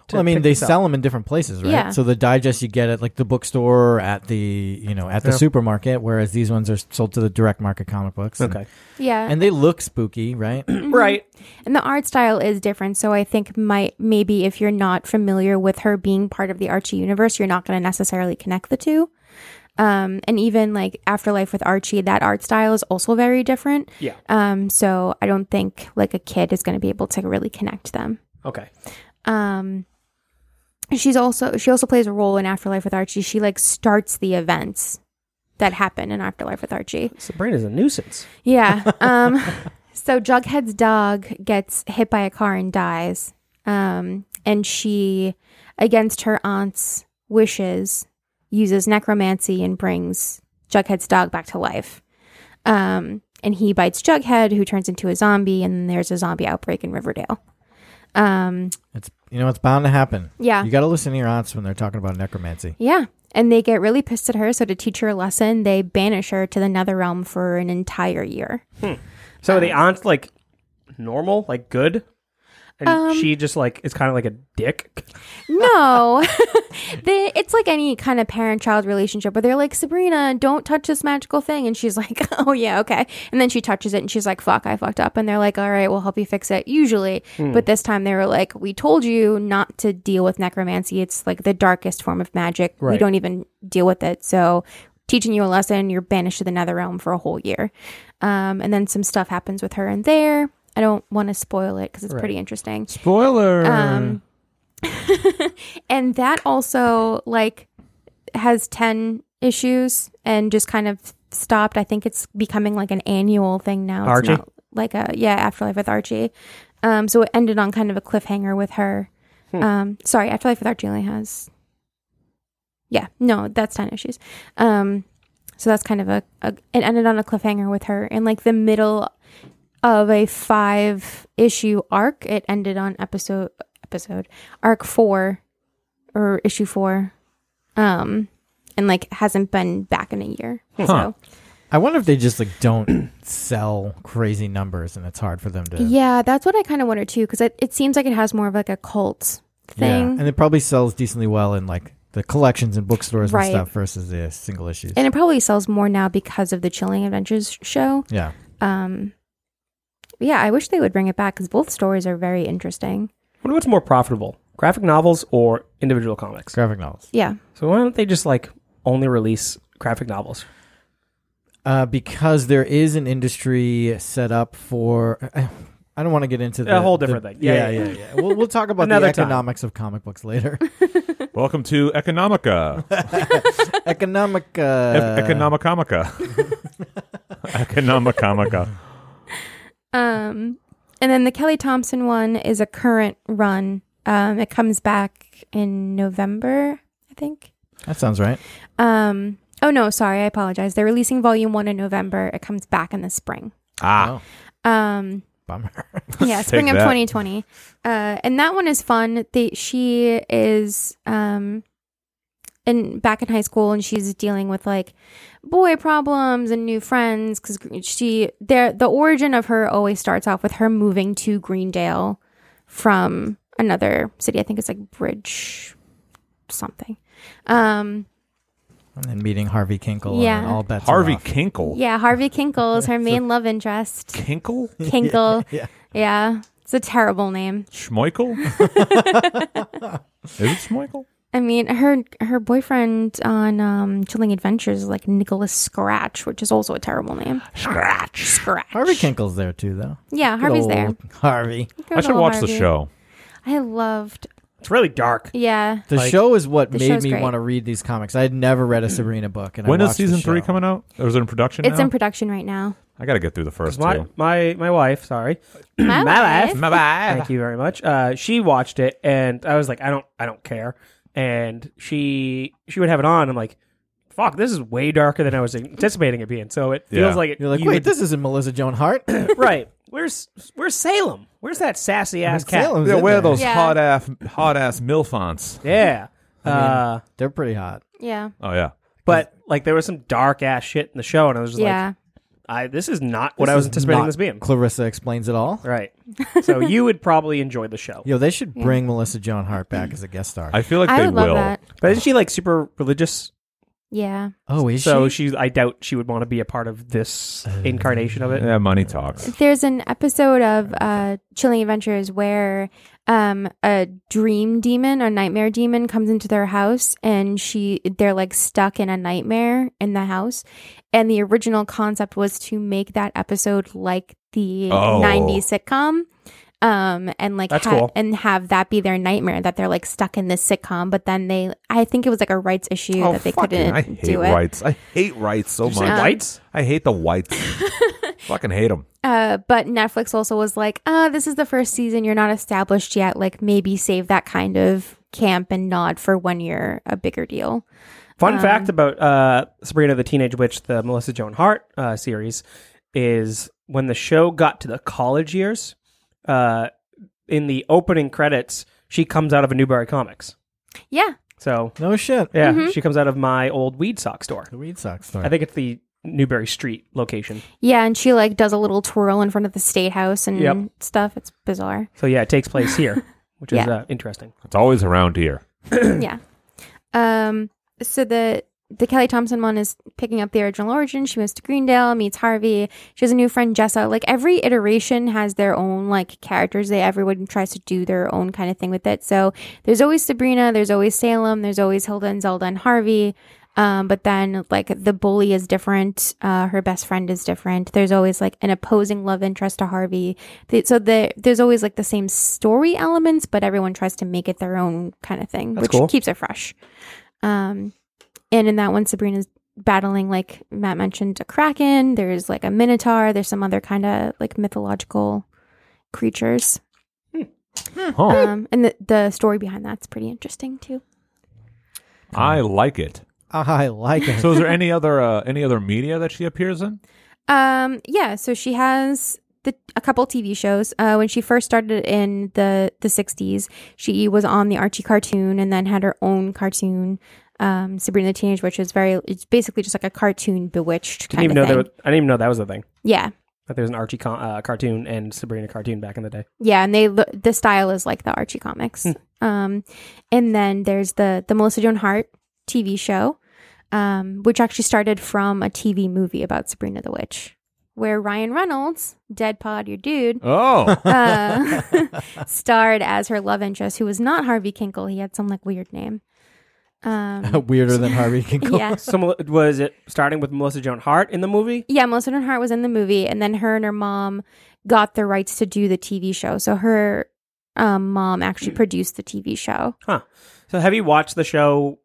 [SPEAKER 5] to
[SPEAKER 7] Well, I mean,
[SPEAKER 5] pick
[SPEAKER 7] they
[SPEAKER 5] this up?
[SPEAKER 7] sell them in different places, right?
[SPEAKER 4] Yeah.
[SPEAKER 7] So the digest you get at like the bookstore, or at the you know, at the
[SPEAKER 5] Yeah.
[SPEAKER 7] supermarket, whereas these ones are sold to the direct market comic books. And-
[SPEAKER 5] Okay.
[SPEAKER 4] yeah.
[SPEAKER 7] And, they look spooky, right?
[SPEAKER 5] Right.
[SPEAKER 4] And the art style is different, so I think might maybe if you're not familiar with her being part of the Archie universe, you're not going to necessarily connect the two. Um, and even like Afterlife with Archie, that art style is also very different.
[SPEAKER 5] Yeah.
[SPEAKER 4] Um, so I don't think like a kid is going to be able to really connect them.
[SPEAKER 5] Okay.
[SPEAKER 4] Um, she's also she also plays a role in Afterlife with Archie. She like starts the events that happen in Afterlife with Archie.
[SPEAKER 5] Sabrina's a nuisance.
[SPEAKER 4] Yeah. Um, so Jughead's dog gets hit by a car and dies. Um, and she, against her aunt's wishes, uses necromancy and brings Jughead's dog back to life. Um, and he bites Jughead, who turns into a zombie, and then there's a zombie outbreak in Riverdale. Um,
[SPEAKER 7] It's you know it's bound to happen.
[SPEAKER 4] yeah.
[SPEAKER 7] You got to listen to your aunts when they're talking about necromancy.
[SPEAKER 4] Yeah. And they get really pissed at her. So to teach her a lesson, they banish her to the nether realm for an entire year.
[SPEAKER 5] So the aunt's like normal, like good, and she just like is kind of like a dick.
[SPEAKER 4] No, they, it's like any kind of parent child relationship where they're like, Sabrina, don't touch this magical thing. And she's like, oh, yeah, okay. And then she touches it and she's like, fuck, I fucked up. And they're like, all right, we'll help you fix it, usually. But this time they were like, we told you not to deal with necromancy. It's like the darkest form of magic. We
[SPEAKER 5] Right.
[SPEAKER 4] don't even deal with it. So teaching you a lesson, you're banished to the nether realm for a whole year. Um, and then some stuff happens with her and there. I don't want to spoil it because it's pretty interesting.
[SPEAKER 3] Spoiler.
[SPEAKER 4] Um, and that also like has 10 issues and just kind of stopped. I think it's becoming like an annual thing now. It's
[SPEAKER 5] Archie?
[SPEAKER 4] not like a yeah, Afterlife with Archie. Um, so it ended on kind of a cliffhanger with her. Um, sorry, Afterlife with Archie only has yeah, no, that's 10 issues. Um, so that's kind of a, a it ended on a cliffhanger with her in like the middle of a five issue arc. It ended on episode episode arc four or issue four. Um and like hasn't been back in a year. So
[SPEAKER 7] I wonder if they just like don't sell crazy numbers and it's hard for them to.
[SPEAKER 4] yeah, that's what I kind of wonder too because it, it seems like it has more of like a cult
[SPEAKER 7] Yeah.
[SPEAKER 4] thing.
[SPEAKER 7] And it probably sells decently well in like the collections and bookstores
[SPEAKER 4] Right.
[SPEAKER 7] and stuff versus the single issues.
[SPEAKER 4] and it probably sells more now because of the Chilling Adventures show.
[SPEAKER 7] yeah.
[SPEAKER 4] Um yeah, I wish they would bring it back because both stories are very interesting.
[SPEAKER 5] wonder what's more profitable, graphic novels or individual comics.
[SPEAKER 7] Graphic novels.
[SPEAKER 4] Yeah.
[SPEAKER 5] So why don't they just like only release graphic novels?
[SPEAKER 7] Uh, because there is an industry set up for. uh, I don't want to get into the
[SPEAKER 5] A whole
[SPEAKER 7] the-
[SPEAKER 5] different thing. Yeah, yeah,
[SPEAKER 7] yeah. yeah. We'll, we'll talk about the
[SPEAKER 5] Another time.
[SPEAKER 7] economics of comic books later.
[SPEAKER 2] Welcome to Economica.
[SPEAKER 7] Economic. Uh,
[SPEAKER 2] Ec- Economicomica. Economicomica.
[SPEAKER 4] Um, and then the Kelly Thompson one is a current run. Um, it comes back in November, I think.
[SPEAKER 7] That sounds right.
[SPEAKER 4] Um, oh no, sorry, I apologize. They're releasing volume one in November. It comes back in the spring.
[SPEAKER 2] Ah.
[SPEAKER 7] Oh,
[SPEAKER 4] Um,
[SPEAKER 7] bummer.
[SPEAKER 4] yeah, spring of
[SPEAKER 2] that.
[SPEAKER 4] 2020. Uh, and that one is fun. They, she is um, in back in high school, and she's dealing with like boy problems and new friends because she there the origin of her always starts off with her moving to Greendale from another city. I think it's like Bridge something. Um,
[SPEAKER 7] And then meeting Harvey Kinkle.
[SPEAKER 4] Yeah.
[SPEAKER 7] And all bets. are
[SPEAKER 2] Harvey
[SPEAKER 7] off.
[SPEAKER 2] Kinkle.
[SPEAKER 4] yeah, Harvey Kinkle is her main love interest.
[SPEAKER 2] Kinkle?
[SPEAKER 4] Kinkle,
[SPEAKER 7] yeah.
[SPEAKER 4] yeah, it's a terrible name.
[SPEAKER 2] Schmeichel? Is it Schmeichel?
[SPEAKER 4] I mean, her her boyfriend on um, Chilling Adventures is like Nicholas Scratch, which is also a terrible name.
[SPEAKER 2] Scratch.
[SPEAKER 4] Scratch.
[SPEAKER 7] Harvey Kinkle's there too, though.
[SPEAKER 4] Yeah,
[SPEAKER 7] Good
[SPEAKER 4] Harvey's
[SPEAKER 7] old
[SPEAKER 4] there.
[SPEAKER 7] Harvey.
[SPEAKER 4] Good
[SPEAKER 2] I should
[SPEAKER 4] old
[SPEAKER 2] watch the
[SPEAKER 4] Harvey.
[SPEAKER 2] show.
[SPEAKER 4] I loved.
[SPEAKER 5] It's really dark.
[SPEAKER 4] Yeah,
[SPEAKER 7] The
[SPEAKER 5] Like-
[SPEAKER 7] show is what
[SPEAKER 4] The
[SPEAKER 7] made
[SPEAKER 4] show's
[SPEAKER 7] me
[SPEAKER 4] great.
[SPEAKER 7] want to read these comics. I had never read a Sabrina book, and
[SPEAKER 2] When
[SPEAKER 7] I
[SPEAKER 2] is
[SPEAKER 7] watched the
[SPEAKER 2] season three
[SPEAKER 7] show.
[SPEAKER 2] coming out? Or is it in production
[SPEAKER 4] it's
[SPEAKER 2] now?
[SPEAKER 4] in production right now.
[SPEAKER 2] I got to get through the first
[SPEAKER 5] My
[SPEAKER 2] two.
[SPEAKER 5] my my wife, sorry,
[SPEAKER 4] My wife.
[SPEAKER 5] Thank you very much. Uh, she watched it, and I was like, I don't, I don't care. And she she would have it on. I'm like, fuck, this is way darker than I was anticipating it being. So it feels
[SPEAKER 2] Yeah.
[SPEAKER 5] like it.
[SPEAKER 7] You're like,
[SPEAKER 5] you
[SPEAKER 7] wait,
[SPEAKER 5] would-
[SPEAKER 7] this isn't Melissa Joan Hart.
[SPEAKER 5] right? Where's where's Salem? Where's that sassy ass cat?
[SPEAKER 7] Salem's
[SPEAKER 2] Yeah,
[SPEAKER 7] in
[SPEAKER 2] where are
[SPEAKER 7] there.
[SPEAKER 2] those
[SPEAKER 4] Yeah.
[SPEAKER 2] hot ass hot ass milfons?
[SPEAKER 5] Yeah. uh,
[SPEAKER 7] They're pretty hot.
[SPEAKER 4] Yeah,
[SPEAKER 2] Oh yeah.
[SPEAKER 5] but like there was some dark ass shit in the show, and I was just
[SPEAKER 4] yeah.
[SPEAKER 5] like, I this is not what
[SPEAKER 7] This
[SPEAKER 5] I was
[SPEAKER 7] is
[SPEAKER 5] anticipating
[SPEAKER 7] not
[SPEAKER 5] this being.
[SPEAKER 7] Clarissa explains it all.
[SPEAKER 5] right. so you would probably enjoy the show.
[SPEAKER 7] Yo, they should bring Melissa Joan Hart back as a guest star.
[SPEAKER 2] I feel like
[SPEAKER 4] I
[SPEAKER 2] they
[SPEAKER 4] would love
[SPEAKER 2] will.
[SPEAKER 4] that.
[SPEAKER 5] But isn't she like super religious?
[SPEAKER 4] Yeah,
[SPEAKER 7] oh, is
[SPEAKER 5] so
[SPEAKER 7] she? Uh,
[SPEAKER 5] she? I doubt she would want to be a part of this incarnation of it.
[SPEAKER 2] Yeah, money talks.
[SPEAKER 4] there's an episode of uh, Chilling Adventures where um, a dream demon, a nightmare demon, comes into their house, and she they're like stuck in a nightmare in the house. And the original concept was to make that episode like the
[SPEAKER 2] Oh.
[SPEAKER 4] '90s sitcom. um, and like
[SPEAKER 5] That's
[SPEAKER 4] ha-
[SPEAKER 5] cool.
[SPEAKER 4] and have that be their nightmare that they're like stuck in this sitcom. But then they, I think it was like a rights issue
[SPEAKER 2] Oh,
[SPEAKER 4] that they
[SPEAKER 8] fucking-
[SPEAKER 4] couldn't
[SPEAKER 8] I hate
[SPEAKER 4] do it.
[SPEAKER 8] whites. I hate whites so much.
[SPEAKER 4] Um,
[SPEAKER 5] whites?
[SPEAKER 8] I hate the whites. fucking hate them.
[SPEAKER 4] Uh, but Netflix also was like, uh, this is the first season. You're not established yet. Like maybe save that kind of camp and nod for when you're a bigger deal. um,
[SPEAKER 5] Fun fact about uh, Sabrina the Teenage Witch, the Melissa Joan Hart uh, series, is when the show got to the college years, uh, in the opening credits, she comes out of a Newberry Comics.
[SPEAKER 4] Yeah.
[SPEAKER 5] So,
[SPEAKER 7] No shit.
[SPEAKER 5] yeah,
[SPEAKER 4] Mm-hmm.
[SPEAKER 5] she comes out of my old weed sock store.
[SPEAKER 7] The Weed Sox story.
[SPEAKER 5] I think it's the Newberry Street location.
[SPEAKER 4] Yeah. And she like does a little twirl in front of the state house and
[SPEAKER 5] Yep.
[SPEAKER 4] stuff. It's bizarre.
[SPEAKER 5] So, yeah, it takes place here, which is
[SPEAKER 4] Yeah.
[SPEAKER 5] uh, interesting.
[SPEAKER 8] It's always around here.
[SPEAKER 4] yeah. Um. So the the Kelly Thompson one is picking up the original origin. She moves to Greendale, meets Harvey. She has a new friend Jessa. Like every iteration has their own like characters. They everyone tries to do their own kind of thing with it. So there's always Sabrina. There's always Salem. There's always Hilda and Zelda and Harvey. Um, but then like the bully is different. Uh, her best friend is different. There's always like an opposing love interest to Harvey. The, so the, there's always like the same story elements, but everyone tries to make it their own kind of thing, which
[SPEAKER 5] cool.
[SPEAKER 4] keeps it fresh. Um, and in that one, Sabrina's battling, like Matt mentioned, a kraken. There's like a minotaur. There's some other kind of like mythological creatures.
[SPEAKER 8] Huh.
[SPEAKER 2] Hmm.
[SPEAKER 4] Um, and the, the story behind that's pretty interesting too.
[SPEAKER 8] I like it.
[SPEAKER 7] Ah, I like it.
[SPEAKER 8] So, is there any other uh, any other media that she appears in?
[SPEAKER 4] Um, yeah, so she has the, a couple TV shows. Uh, when she first started in the the '60s, she was on the Archie cartoon, and then had her own cartoon, um, Sabrina the Teenage Witch. Is very, it's basically just like a cartoon bewitched
[SPEAKER 5] Didn't
[SPEAKER 4] kind
[SPEAKER 5] even
[SPEAKER 4] of
[SPEAKER 5] know
[SPEAKER 4] thing.
[SPEAKER 5] there was, I didn't even know that was a thing.
[SPEAKER 4] yeah,
[SPEAKER 5] That there was an Archie con- uh, cartoon and Sabrina cartoon back in the day.
[SPEAKER 4] yeah, and they lo- the style is like the Archie comics. um, and then there's the the Melissa Joan Hart TV show, um, which actually started from a TV movie about Sabrina the Witch, where Ryan Reynolds, Dead Pod, your dude.
[SPEAKER 8] Oh,
[SPEAKER 4] uh, starred as her love interest, who was not Harvey Kinkle. He had some like weird name. Um,
[SPEAKER 7] Weirder than Harvey Kinkle.
[SPEAKER 4] yeah,
[SPEAKER 5] Some was it starting with Melissa Joan Hart in the movie?
[SPEAKER 4] yeah. Melissa Joan Hart was in the movie, and then her and her mom got the rights to do the TV show. So her um, mom actually produced the TV show.
[SPEAKER 5] So have you watched the show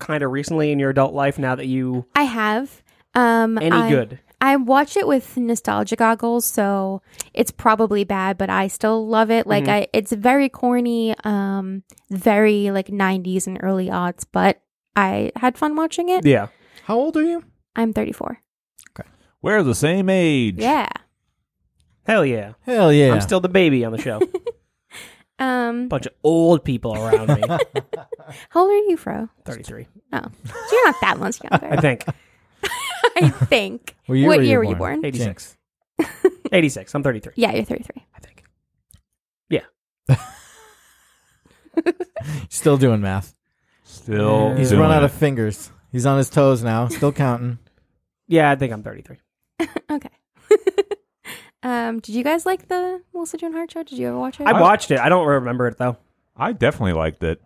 [SPEAKER 5] kind of recently in your adult life now that you
[SPEAKER 4] I have. Um,
[SPEAKER 5] any
[SPEAKER 4] I-
[SPEAKER 5] good?
[SPEAKER 4] I watch it with nostalgia goggles, so it's probably bad, but I still love it. Like
[SPEAKER 5] Mhm.
[SPEAKER 4] I, it's very corny, um, very like '90s and early aughts, but I had fun watching it.
[SPEAKER 5] Yeah.
[SPEAKER 7] How old are you?
[SPEAKER 4] I'm 34.
[SPEAKER 8] we're the same age.
[SPEAKER 4] Yeah.
[SPEAKER 5] Hell yeah.
[SPEAKER 7] Hell yeah.
[SPEAKER 5] I'm still the baby on the show.
[SPEAKER 4] Um,
[SPEAKER 5] Bunch of old people around me.
[SPEAKER 4] how old are you, Fro?
[SPEAKER 5] 33,
[SPEAKER 4] Oh, so you're not that much
[SPEAKER 5] I
[SPEAKER 4] younger.
[SPEAKER 5] think.
[SPEAKER 4] I think.
[SPEAKER 7] What year
[SPEAKER 4] what
[SPEAKER 7] were you
[SPEAKER 4] year were you
[SPEAKER 7] born?
[SPEAKER 4] born?
[SPEAKER 5] 86. 86. I'm 33,
[SPEAKER 4] Yeah, you're 33.
[SPEAKER 5] I think.
[SPEAKER 7] Still doing math.
[SPEAKER 8] Still,
[SPEAKER 7] He's
[SPEAKER 8] doing
[SPEAKER 7] run out
[SPEAKER 8] it.
[SPEAKER 7] of fingers. He's on his toes now. Still counting.
[SPEAKER 5] Yeah, I think I'm 33.
[SPEAKER 4] Okay. um, did you guys like the Melissa Joan Hart show? Did you ever watch it?
[SPEAKER 5] I watched it. I don't remember it though.
[SPEAKER 8] I definitely liked it.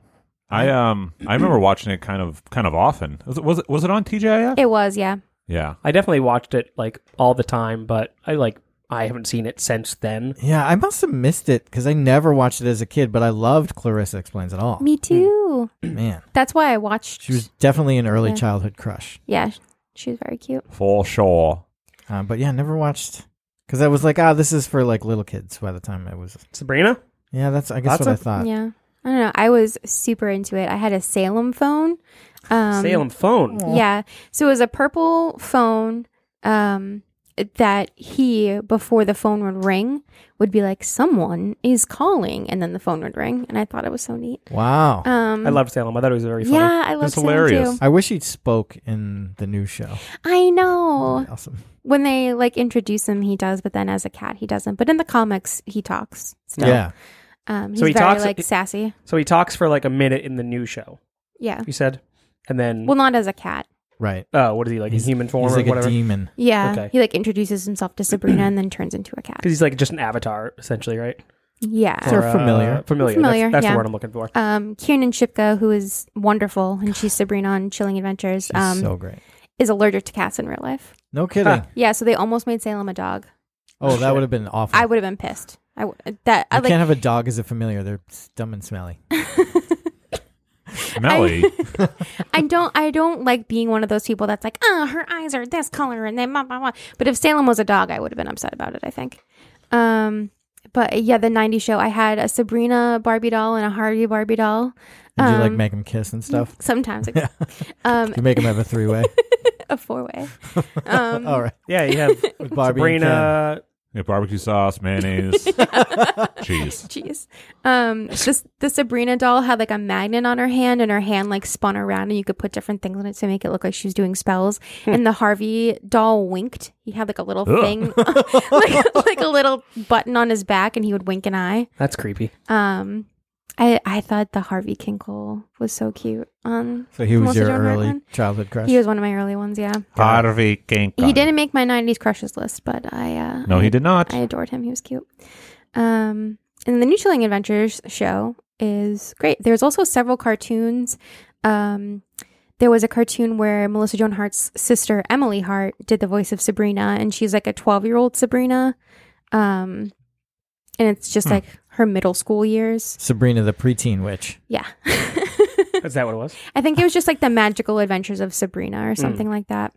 [SPEAKER 8] I um I remember watching it kind of kind of often. Was it was it, was it on TJIF?
[SPEAKER 4] it was, yeah.
[SPEAKER 8] yeah.
[SPEAKER 5] I definitely watched it like all the time, but I like I haven't seen it since then.
[SPEAKER 7] Yeah, I must have missed it because I never watched it as a kid, but I loved Clarissa Explains It All.
[SPEAKER 4] Me
[SPEAKER 5] Hmm.
[SPEAKER 4] too.
[SPEAKER 7] Man,
[SPEAKER 4] That's why I watched.
[SPEAKER 7] she was definitely an early
[SPEAKER 4] Yeah.
[SPEAKER 7] childhood crush.
[SPEAKER 4] yeah, she was very cute.
[SPEAKER 8] For sure.
[SPEAKER 7] Uh, but yeah, never watched because I was like, ah, this is for like little kids. By the time I was,
[SPEAKER 4] Mm.
[SPEAKER 5] Sabrina?
[SPEAKER 7] yeah, that's I guess
[SPEAKER 5] That's
[SPEAKER 7] what I
[SPEAKER 5] a-
[SPEAKER 7] thought.
[SPEAKER 4] yeah. I don't know. I was super into it. I had a Salem phone. Um,
[SPEAKER 5] Salem phone.
[SPEAKER 4] Yeah. So it was a purple phone um, that he, before the phone would ring, would be like, someone is calling. And then the phone would ring. And I thought it was so neat.
[SPEAKER 7] Wow.
[SPEAKER 4] Um,
[SPEAKER 5] I love Salem. I thought it was very funny.
[SPEAKER 4] Yeah, I love
[SPEAKER 8] That's
[SPEAKER 4] hilarious.
[SPEAKER 8] hilarious.
[SPEAKER 4] Too.
[SPEAKER 7] I wish he spoke in the new show.
[SPEAKER 4] I know.
[SPEAKER 7] Awesome.
[SPEAKER 4] When they like introduce him, he does, but then as a cat, he doesn't. But in the comics, he talks still.
[SPEAKER 7] Yeah.
[SPEAKER 4] Um, he's
[SPEAKER 5] So he
[SPEAKER 4] very
[SPEAKER 5] talks-
[SPEAKER 4] like sassy.
[SPEAKER 5] So he talks for like a minute in the new show,
[SPEAKER 4] Yeah.
[SPEAKER 5] you said? And then
[SPEAKER 4] Well, not as a cat.
[SPEAKER 7] Right.
[SPEAKER 5] Oh, what is he like
[SPEAKER 7] He's-
[SPEAKER 5] in human form
[SPEAKER 7] He's
[SPEAKER 5] or
[SPEAKER 7] like
[SPEAKER 5] whatever?
[SPEAKER 7] a demon.
[SPEAKER 4] Yeah.
[SPEAKER 5] Okay.
[SPEAKER 4] He like introduces himself to Sabrina and then turns into a cat.
[SPEAKER 5] Because he's like just an avatar essentially, right?
[SPEAKER 4] Yeah.
[SPEAKER 7] Or familiar.
[SPEAKER 5] Uh, familiar.
[SPEAKER 4] Familiar,
[SPEAKER 5] That's, that's
[SPEAKER 4] yeah.
[SPEAKER 5] the word I'm looking for.
[SPEAKER 4] Um, Kiernan Shipka, who is wonderful, and she's Sabrina on Chilling Adventures,
[SPEAKER 7] She's
[SPEAKER 4] um,
[SPEAKER 7] so great.
[SPEAKER 4] is allergic to cats in real life.
[SPEAKER 7] No kidding.
[SPEAKER 4] Yeah, so they almost made Salem a dog.
[SPEAKER 7] Oh, that would have been awful.
[SPEAKER 4] I would have been pissed. I w- that I
[SPEAKER 7] You
[SPEAKER 4] like.
[SPEAKER 7] can't have a dog as a familiar. They're s- dumb and smelly.
[SPEAKER 8] Smelly.
[SPEAKER 4] I don't. I don't like being one of those people that's like, oh, her eyes are this color and then blah blah blah. But if Salem was a dog, I would have been upset about it. I think. Um, but yeah, the '90s show. I had a Sabrina Barbie doll and a Harvey Barbie doll.
[SPEAKER 7] Did you like
[SPEAKER 4] Um,
[SPEAKER 7] make them kiss and stuff?
[SPEAKER 4] Sometimes, um,
[SPEAKER 7] You make them have a three way.
[SPEAKER 4] a four way. Um,
[SPEAKER 7] All right.
[SPEAKER 5] Yeah, you have
[SPEAKER 7] With Barbie and Ken.
[SPEAKER 5] Sabrina.
[SPEAKER 8] yeah, barbecue sauce, mayonnaise, cheese.
[SPEAKER 4] Jeez. Um, this the Sabrina doll had like a magnet on her hand, and her hand like spun around, and you could put different things on it to make it look like she was doing spells.
[SPEAKER 7] Hmm.
[SPEAKER 4] And the Harvey doll winked. He had like a little
[SPEAKER 8] Ugh.
[SPEAKER 4] thing, like, like a little button on his back, and he would wink an eye.
[SPEAKER 5] That's creepy.
[SPEAKER 4] Um, I I thought the Harvey Kinkle was so cute. Um,
[SPEAKER 7] So he was
[SPEAKER 4] Melissa
[SPEAKER 7] your
[SPEAKER 4] Joan Hart
[SPEAKER 7] early
[SPEAKER 4] one?
[SPEAKER 7] childhood crush.
[SPEAKER 4] he was one of my early ones. Yeah,
[SPEAKER 8] Harvey Kink.
[SPEAKER 4] he didn't make my '90s crushes list, but I uh,
[SPEAKER 8] No,
[SPEAKER 4] I-
[SPEAKER 8] he did not.
[SPEAKER 4] I adored him. He was cute. Um, and the New Chilling Adventures show is great. There's also several cartoons. Um, there was a cartoon where Melissa Joan Hart's sister Emily Hart did the voice of Sabrina, and she's like a 12 year old Sabrina. Um, and it's just like her middle school years.
[SPEAKER 7] Sabrina the preteen witch.
[SPEAKER 4] Yeah.
[SPEAKER 5] Is that what it was?
[SPEAKER 4] I think it was just like the magical adventures of Sabrina or something like that.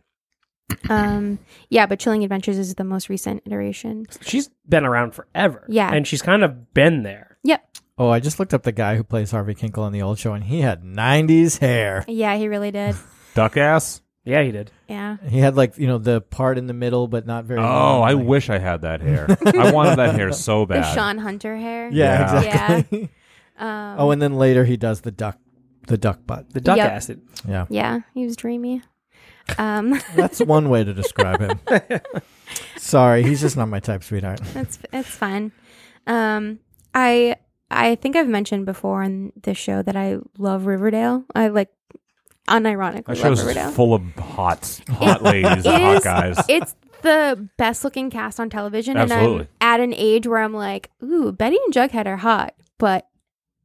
[SPEAKER 4] Um, yeah, but Chilling Adventures is the most recent iteration.
[SPEAKER 5] She's been around forever.
[SPEAKER 4] Yeah.
[SPEAKER 5] and she's kind of been there.
[SPEAKER 4] Yep.
[SPEAKER 7] Oh, I just looked up the guy who plays Harvey Kinkle on the old show, and he had 90s hair.
[SPEAKER 4] Yeah, he really did.
[SPEAKER 8] Duck ass.
[SPEAKER 5] Yeah, he did.
[SPEAKER 4] Yeah.
[SPEAKER 7] He had like you know the part in the middle, but not very.
[SPEAKER 8] Oh,
[SPEAKER 7] long,
[SPEAKER 8] I
[SPEAKER 7] like-
[SPEAKER 8] wish I had that hair. I wanted that hair so
[SPEAKER 4] The
[SPEAKER 8] bad.
[SPEAKER 4] Sean Hunter hair.
[SPEAKER 7] Yeah,
[SPEAKER 8] Yeah.
[SPEAKER 7] exactly.
[SPEAKER 4] Um,
[SPEAKER 7] oh, and then later he does the duck, the duck butt.
[SPEAKER 5] The duck
[SPEAKER 4] Yep.
[SPEAKER 5] acid.
[SPEAKER 7] Yeah,
[SPEAKER 4] yeah, he was dreamy. Um,
[SPEAKER 7] that's one way to describe him. Sorry, he's just not my type, sweetheart.
[SPEAKER 4] that's that's fun. Um, I I think I've mentioned before on this show that I love Riverdale. I like
[SPEAKER 8] That
[SPEAKER 4] unironically love
[SPEAKER 8] show's
[SPEAKER 4] Riverdale.
[SPEAKER 8] full of hot, hot ladies and hot
[SPEAKER 4] is-
[SPEAKER 8] guys.
[SPEAKER 4] it's the best looking cast on television,
[SPEAKER 8] Absolutely.
[SPEAKER 4] and I'm at an age where I'm like, ooh, Betty and Jughead are hot, but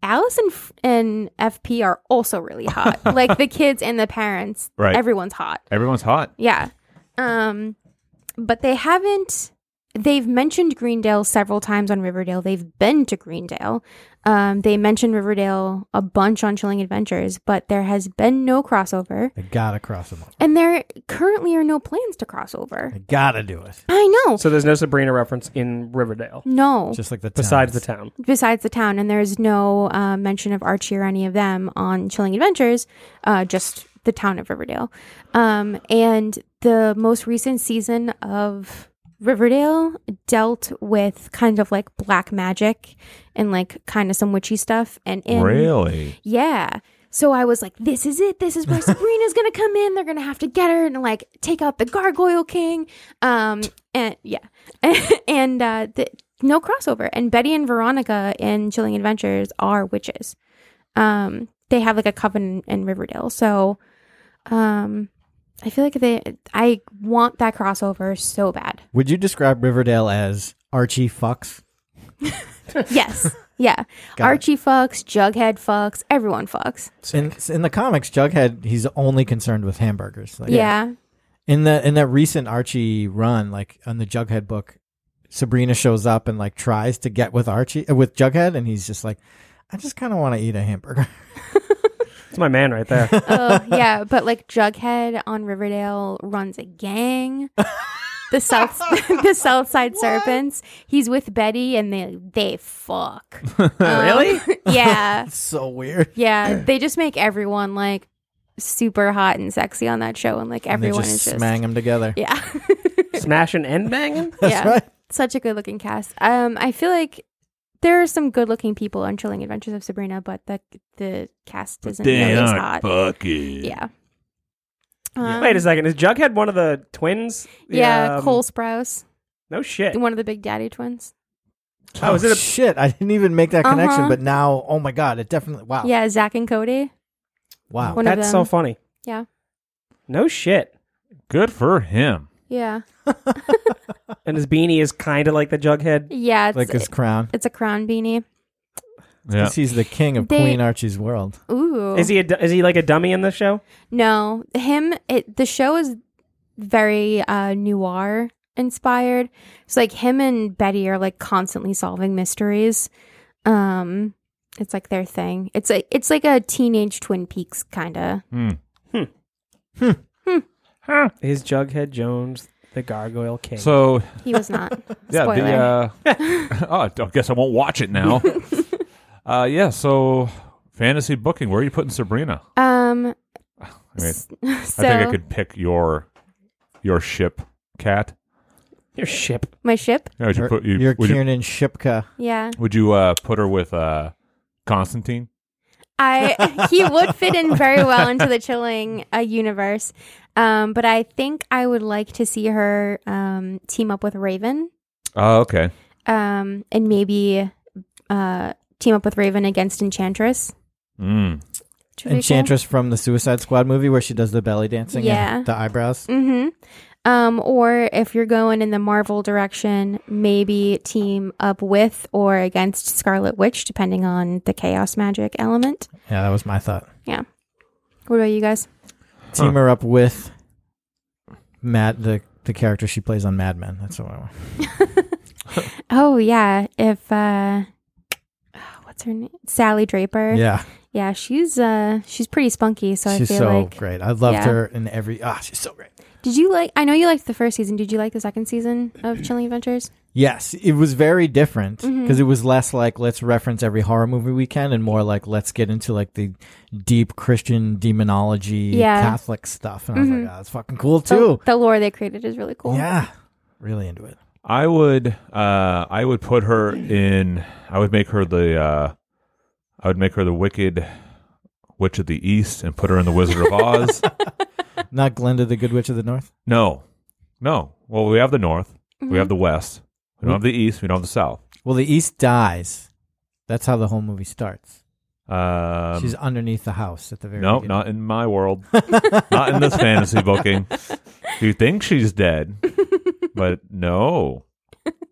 [SPEAKER 4] Alice and, F- and FP are also really hot. like the kids and the parents,
[SPEAKER 8] Right.
[SPEAKER 4] everyone's hot.
[SPEAKER 8] Everyone's hot.
[SPEAKER 4] Yeah. Um but they haven't they've mentioned Greendale several times on Riverdale. They've been to Greendale. Um they mentioned Riverdale a bunch on Chilling Adventures, but there has been no crossover
[SPEAKER 7] I gotta cross him over.
[SPEAKER 4] and there currently are no plans to cross over.
[SPEAKER 7] I gotta do it.
[SPEAKER 4] I know.
[SPEAKER 5] So there's no Sabrina reference in Riverdale
[SPEAKER 4] No,
[SPEAKER 7] Just like the
[SPEAKER 5] besides the
[SPEAKER 7] towns.
[SPEAKER 5] town.
[SPEAKER 4] besides the town, and there's no uh, mention of Archie or any of them on Chilling Adventures, uh, just the town of Riverdale. Um, and the most recent season of Riverdale dealt with kind of like black magic and like kind of some witchy stuff. And in,
[SPEAKER 8] Really?
[SPEAKER 4] yeah. So I was like, this is it. This is where Sabrina's going to come in. They're going to have to get her and like take out the Gargoyle King. Um, and yeah. and uh, the, no crossover. And Betty and Veronica in Chilling Adventures are witches. Um, they have like a coven in Riverdale. So um, I feel like they, I want that crossover so bad.
[SPEAKER 7] Would you describe Riverdale as Archie fucks?
[SPEAKER 4] Yes. Yeah.
[SPEAKER 7] Got it.
[SPEAKER 4] Archie fucks, Jughead fucks, everyone fucks.
[SPEAKER 7] In, in the comics, Jughead he's only concerned with hamburgers. Like,
[SPEAKER 4] Yeah.
[SPEAKER 7] in the in that recent Archie run, like on the Jughead book, Sabrina shows up and like tries to get with Archie uh, with Jughead, and he's just like, I just kind of want to eat a hamburger.
[SPEAKER 5] It's my man right there.
[SPEAKER 4] oh yeah, but like Jughead on Riverdale runs a gang. The South the South Side Serpents. He's with Betty and they they fuck. really? Yeah.
[SPEAKER 7] It's so weird.
[SPEAKER 4] Yeah. They just make everyone like super hot and sexy on that show and like
[SPEAKER 7] And they
[SPEAKER 4] everyone
[SPEAKER 7] just
[SPEAKER 4] is just
[SPEAKER 7] smang them together.
[SPEAKER 4] Yeah.
[SPEAKER 5] Smashing and banging.
[SPEAKER 4] yeah. Such a good looking cast. Um I feel like there are some good looking people on Chilling Adventures of Sabrina, but the the cast isn't nearly as hot.
[SPEAKER 8] fucking.
[SPEAKER 4] Yeah. Um,
[SPEAKER 5] Wait a second. Is Jughead one of the twins? The,
[SPEAKER 4] Yeah,
[SPEAKER 5] um, eh.
[SPEAKER 4] Cole Sprouse,
[SPEAKER 5] No shit.
[SPEAKER 4] one of the Big Daddy twins.
[SPEAKER 5] Oh, is it a-
[SPEAKER 7] shit? I didn't even make that connection,
[SPEAKER 4] Uh-huh.
[SPEAKER 7] but now, oh my god, it definitely. Wow.
[SPEAKER 4] Yeah, Zach and Cody.
[SPEAKER 7] Wow.
[SPEAKER 4] One of
[SPEAKER 5] That's so
[SPEAKER 4] them.
[SPEAKER 5] funny.
[SPEAKER 4] Yeah.
[SPEAKER 5] No shit.
[SPEAKER 8] Good for him.
[SPEAKER 4] Yeah,
[SPEAKER 5] And his beanie is kind of like the Jughead.
[SPEAKER 4] yeah. It's,
[SPEAKER 7] like his crown.
[SPEAKER 4] it's a crown beanie.
[SPEAKER 8] Yeah.
[SPEAKER 7] 'Cause He's the king of
[SPEAKER 4] They-
[SPEAKER 7] Queen Archie's world.
[SPEAKER 4] Ooh,
[SPEAKER 5] Is he a, du- is he like a dummy in the show?
[SPEAKER 4] No, him. It, the show is very uh, noir. inspired. It's like him and Betty are like constantly solving mysteries. Um, it's like their thing. It's like it's like a teenage Twin Peaks kind of.
[SPEAKER 5] Is Jughead Jones the Gargoyle King?
[SPEAKER 2] So
[SPEAKER 4] He was not.
[SPEAKER 2] yeah,
[SPEAKER 4] Spoiler.
[SPEAKER 2] the uh, oh, I don't- guess I won't watch it now. uh, yeah, so fantasy booking. Where are you putting Sabrina?
[SPEAKER 4] um,
[SPEAKER 2] I mean,
[SPEAKER 4] so
[SPEAKER 2] I think I could pick your your ship cat.
[SPEAKER 5] your ship.
[SPEAKER 4] my ship.
[SPEAKER 2] Yeah, would you
[SPEAKER 7] Her-
[SPEAKER 2] put you,
[SPEAKER 7] You're
[SPEAKER 2] would, you,
[SPEAKER 7] Kiernan Shipka.
[SPEAKER 4] Yeah,
[SPEAKER 2] would you uh, put her with uh, Constantine?
[SPEAKER 4] I he would fit in very well into the chilling uh, universe. Um, but I think I would like to see her um, team up with Raven.
[SPEAKER 2] Oh, okay.
[SPEAKER 4] um, and maybe uh, team up with Raven against Enchantress.
[SPEAKER 2] Mm.
[SPEAKER 4] which would be cool.
[SPEAKER 7] Enchantress from the Suicide Squad movie where she does the belly dancing
[SPEAKER 4] Yeah.
[SPEAKER 7] and the eyebrows.
[SPEAKER 4] Mhm. Um, or if you're going in the Marvel direction, maybe team up with or against Scarlet Witch, depending on the chaos magic element.
[SPEAKER 7] Yeah, that was my thought.
[SPEAKER 4] What about you guys?
[SPEAKER 7] Team her up with Matt, the, the character she plays on Mad Men. That's what I want.
[SPEAKER 4] Oh yeah, if uh, oh, what's her name? Sally Draper.
[SPEAKER 7] Yeah,
[SPEAKER 4] Yeah, she's uh, she's pretty spunky. So
[SPEAKER 7] she's
[SPEAKER 4] I feel
[SPEAKER 7] so
[SPEAKER 4] like.
[SPEAKER 7] great. I loved
[SPEAKER 4] Yeah.
[SPEAKER 7] her in every. Ah, she's so great.
[SPEAKER 4] Did you like? I know you liked the first season. Did you like the second season of Chilling Adventures?
[SPEAKER 7] Yes, it was very different because
[SPEAKER 4] Mhm.
[SPEAKER 7] it was less like let's reference every horror movie we can and more like let's get into like the deep Christian demonology,
[SPEAKER 4] Yeah.
[SPEAKER 7] Catholic stuff. And I was
[SPEAKER 4] Mhm.
[SPEAKER 7] like, oh, that's fucking cool
[SPEAKER 4] The-
[SPEAKER 7] too.
[SPEAKER 4] The, lore they created is really cool.
[SPEAKER 7] Yeah, really into it.
[SPEAKER 2] I would uh, I would put her in. I would make her the uh, I would make her the Wicked Witch of the East and put her in the Wizard of Oz.
[SPEAKER 7] Not Glinda, the Good Witch of the North.
[SPEAKER 2] No, no. Well, we have the North. We
[SPEAKER 4] Mm-hmm.
[SPEAKER 2] have the West. We don't
[SPEAKER 7] We-
[SPEAKER 2] have the East. We don't have the South.
[SPEAKER 7] Well, the East dies. That's how the whole movie starts.
[SPEAKER 2] Um,
[SPEAKER 7] She's underneath the house at the very
[SPEAKER 2] no,
[SPEAKER 7] beginning.
[SPEAKER 2] not in my world. not in this fantasy booking. You think she's dead, but no.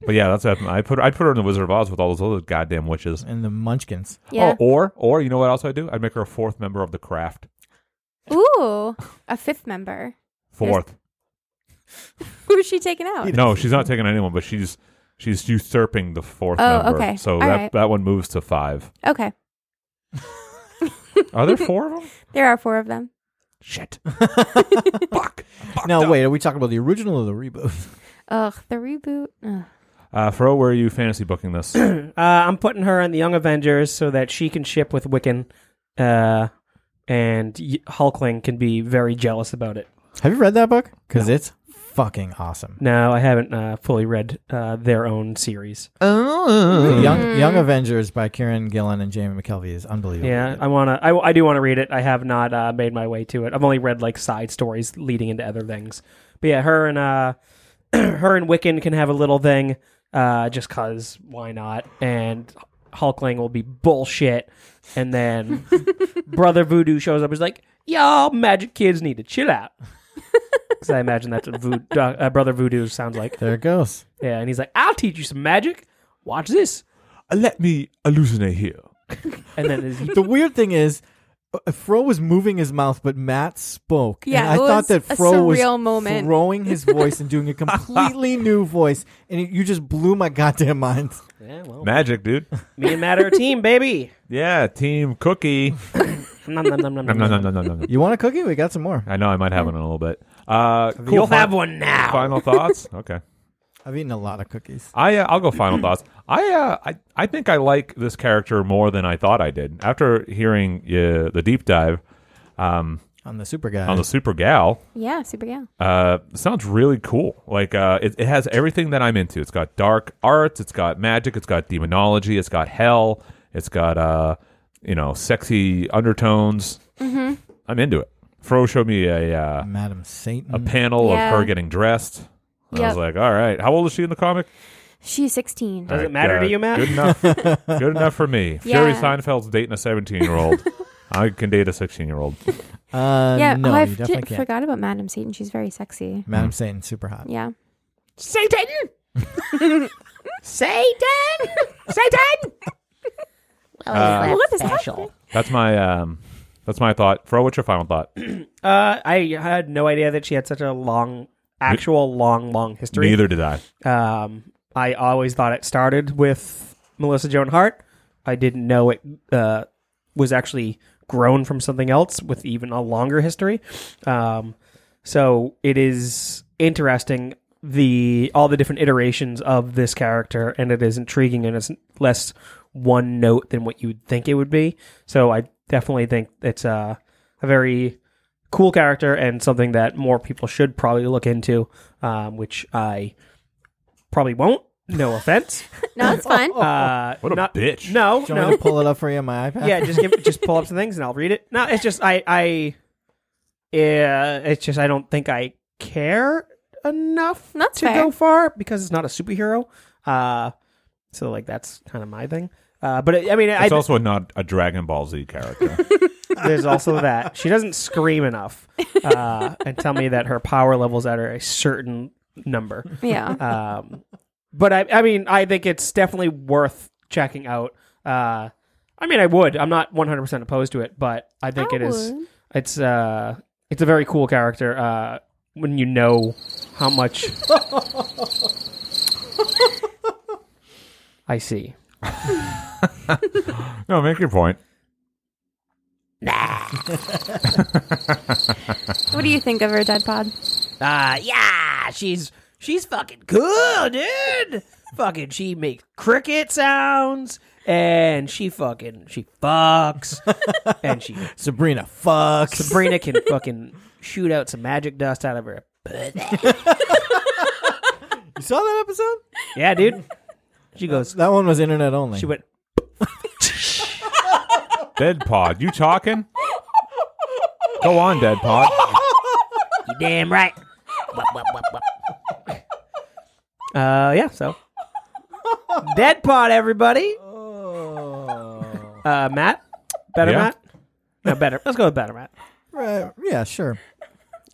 [SPEAKER 2] But yeah, that's what happened. I put her, I'd put her in the Wizard of Oz with all those other goddamn witches.
[SPEAKER 7] And the Munchkins.
[SPEAKER 4] Yeah.
[SPEAKER 2] Oh, or or you know what else I do? I'd make her a fourth member of the craft.
[SPEAKER 7] Oh.
[SPEAKER 4] Ooh, a fifth member.
[SPEAKER 2] Fourth.
[SPEAKER 4] Who's she taking out?
[SPEAKER 2] No, she's not taking anyone, but she's she's usurping the fourth
[SPEAKER 4] Oh,
[SPEAKER 2] member.
[SPEAKER 4] okay.
[SPEAKER 2] So
[SPEAKER 4] All
[SPEAKER 2] that
[SPEAKER 4] right.
[SPEAKER 2] that one moves to five.
[SPEAKER 4] Okay,
[SPEAKER 2] Are there four of them?
[SPEAKER 4] there are four of them.
[SPEAKER 2] Shit.
[SPEAKER 7] No, wait, are we talking about the original or the reboot?
[SPEAKER 4] Ugh, the reboot. Ugh.
[SPEAKER 2] Uh, Fro, where are you fantasy booking this?
[SPEAKER 5] Uh, I'm putting her in the Young Avengers so that she can ship with Wiccan, uh, and y- Hulkling can be very jealous about it.
[SPEAKER 7] Have you read that book? Because it's fucking awesome.
[SPEAKER 5] No, I haven't uh, fully read uh, their own series.
[SPEAKER 2] Oh.
[SPEAKER 7] The Young Young Avengers by Kieran Gillen and Jamie McKelvey is unbelievable.
[SPEAKER 5] Yeah, I wanna. I, I do want to read it. I have not uh, made my way to it. I've only read like side stories leading into other things. But yeah, her and uh, her and Wiccan can have a little thing, uh, just cause why not? And Hulkling will be bullshit, and then Brother Voodoo shows up. He's like, "Y'all magic kids need to chill out." Because I imagine that's what Vood- uh, uh, Brother Voodoo sounds like.
[SPEAKER 7] There it goes.
[SPEAKER 5] Yeah, and he's like, "I'll teach you some magic. Watch this."
[SPEAKER 2] Let me hallucinate here.
[SPEAKER 5] And then he
[SPEAKER 7] The weird thing is, uh, Fro was moving his mouth, but Matt spoke.
[SPEAKER 4] Yeah,
[SPEAKER 7] and I
[SPEAKER 4] it was
[SPEAKER 7] thought that
[SPEAKER 4] a
[SPEAKER 7] Fro was
[SPEAKER 4] surreal moment.
[SPEAKER 7] throwing his voice and doing a completely new voice, and it, you just blew my goddamn mind.
[SPEAKER 5] yeah, well,
[SPEAKER 2] Oh. Magic, dude.
[SPEAKER 5] me and Matt are a team, baby.
[SPEAKER 2] Yeah, team cookie.
[SPEAKER 5] Nom, nom, nom, nom,
[SPEAKER 2] Nom, nom,
[SPEAKER 5] nom, nom.
[SPEAKER 2] nom, nom, nom, nom.
[SPEAKER 7] You want a cookie? We got some more.
[SPEAKER 2] I know I might have one in a little bit. Uh, cool.
[SPEAKER 5] You'll
[SPEAKER 2] Fin-
[SPEAKER 5] have one now.
[SPEAKER 2] Final thoughts. Okay.
[SPEAKER 7] I've eaten a lot of cookies.
[SPEAKER 2] I uh, I'll go final thoughts. I uh I, I think I like this character more than I thought I did after hearing uh, the deep dive um,
[SPEAKER 7] On the super guy.
[SPEAKER 2] on the Super Gal.
[SPEAKER 4] Yeah, super gal.
[SPEAKER 2] Uh, sounds really cool. Like uh, it, it has everything that I'm into. It's got dark arts. It's got magic. It's got demonology. It's got hell. It's got uh you know sexy undertones. Mm-hmm. I'm into it. Fro showed me a uh,
[SPEAKER 7] Madam Satan.
[SPEAKER 5] Mm.
[SPEAKER 2] a panel
[SPEAKER 4] Yeah.
[SPEAKER 2] of her getting dressed. And I was like,
[SPEAKER 4] Yep.
[SPEAKER 2] all right, how old is she in the comic?
[SPEAKER 4] She's
[SPEAKER 7] Uh,
[SPEAKER 4] sixteen.
[SPEAKER 5] Does
[SPEAKER 2] All
[SPEAKER 5] it matter to you, Matt?
[SPEAKER 2] Good enough. good enough for me. Fury
[SPEAKER 4] Yeah.
[SPEAKER 2] Seinfeld's dating a 17 year old. I can date a 16 year old.
[SPEAKER 7] Uh,
[SPEAKER 4] yeah,
[SPEAKER 7] no,
[SPEAKER 4] oh, I
[SPEAKER 7] you
[SPEAKER 4] f-
[SPEAKER 7] definitely can't.
[SPEAKER 4] forgot about Madame Satan. She's very sexy.
[SPEAKER 7] Madam Satan, super hot.
[SPEAKER 4] Yeah.
[SPEAKER 5] Satan! Satan! Satan!
[SPEAKER 4] what is
[SPEAKER 5] Special.
[SPEAKER 2] That's my um, that's my thought. Fro, what's your final thought?
[SPEAKER 5] Uh, I had no idea that she had such a long actual long, long history.
[SPEAKER 8] Neither did I.
[SPEAKER 5] Um, I always thought it started with Melissa Joan Hart. I didn't know it uh, was actually grown from something else with even a longer history. Um, so it is interesting the all the different iterations of this character, and it is intriguing and it's less one note than what you would think it would be. So I definitely think it's a, a very cool character and something that more people should probably look into, um, which I probably won't. No offense.
[SPEAKER 4] No, it's fine.
[SPEAKER 5] Uh,
[SPEAKER 8] What a
[SPEAKER 5] not-
[SPEAKER 8] bitch.
[SPEAKER 7] Do
[SPEAKER 5] No,
[SPEAKER 7] you want me
[SPEAKER 5] no.
[SPEAKER 7] to pull it up for you on my iPad?
[SPEAKER 5] yeah, just give, just pull up some things and I'll read it. No, it's just I I yeah, it's just I don't think I care enough
[SPEAKER 4] That's
[SPEAKER 5] to
[SPEAKER 4] fair.
[SPEAKER 5] go far because it's not a superhero. Uh, so like that's kind of my thing. Uh, but I mean, I,
[SPEAKER 8] It's also not a Dragon Ball Z character.
[SPEAKER 5] there's also that she doesn't scream enough uh, and tell me that her power levels at her a certain number.
[SPEAKER 4] yeah.
[SPEAKER 5] um, but I, I mean, I think it's definitely worth checking out. Uh, I mean, I would. I'm not 100 percent opposed to it, but I think
[SPEAKER 4] I
[SPEAKER 5] it is.
[SPEAKER 4] would.
[SPEAKER 5] It's uh, it's a very cool character. Uh, when you know how much. I see.
[SPEAKER 8] no, make your point.
[SPEAKER 4] What do you think of her dead pod?
[SPEAKER 6] Uh, yeah, she's she's fucking cool, dude. fucking, she makes cricket sounds, and she fucking she fucks, and she
[SPEAKER 7] Sabrina, fuck.
[SPEAKER 6] Sabrina can fucking shoot out some magic dust out of her. pussy.
[SPEAKER 7] You saw that episode?
[SPEAKER 6] yeah, dude. She goes.
[SPEAKER 7] That one was internet only.
[SPEAKER 6] She went.
[SPEAKER 8] Dead Pod, you talking? Go on, Dead Pod.
[SPEAKER 6] You damn right. Wop, wop, wop, wop.
[SPEAKER 5] Uh, yeah. So, dead pod, everybody. Uh, Matt, better
[SPEAKER 8] Yeah.
[SPEAKER 5] Matt. No, better. Let's go with better Matt.
[SPEAKER 7] Right, yeah, sure.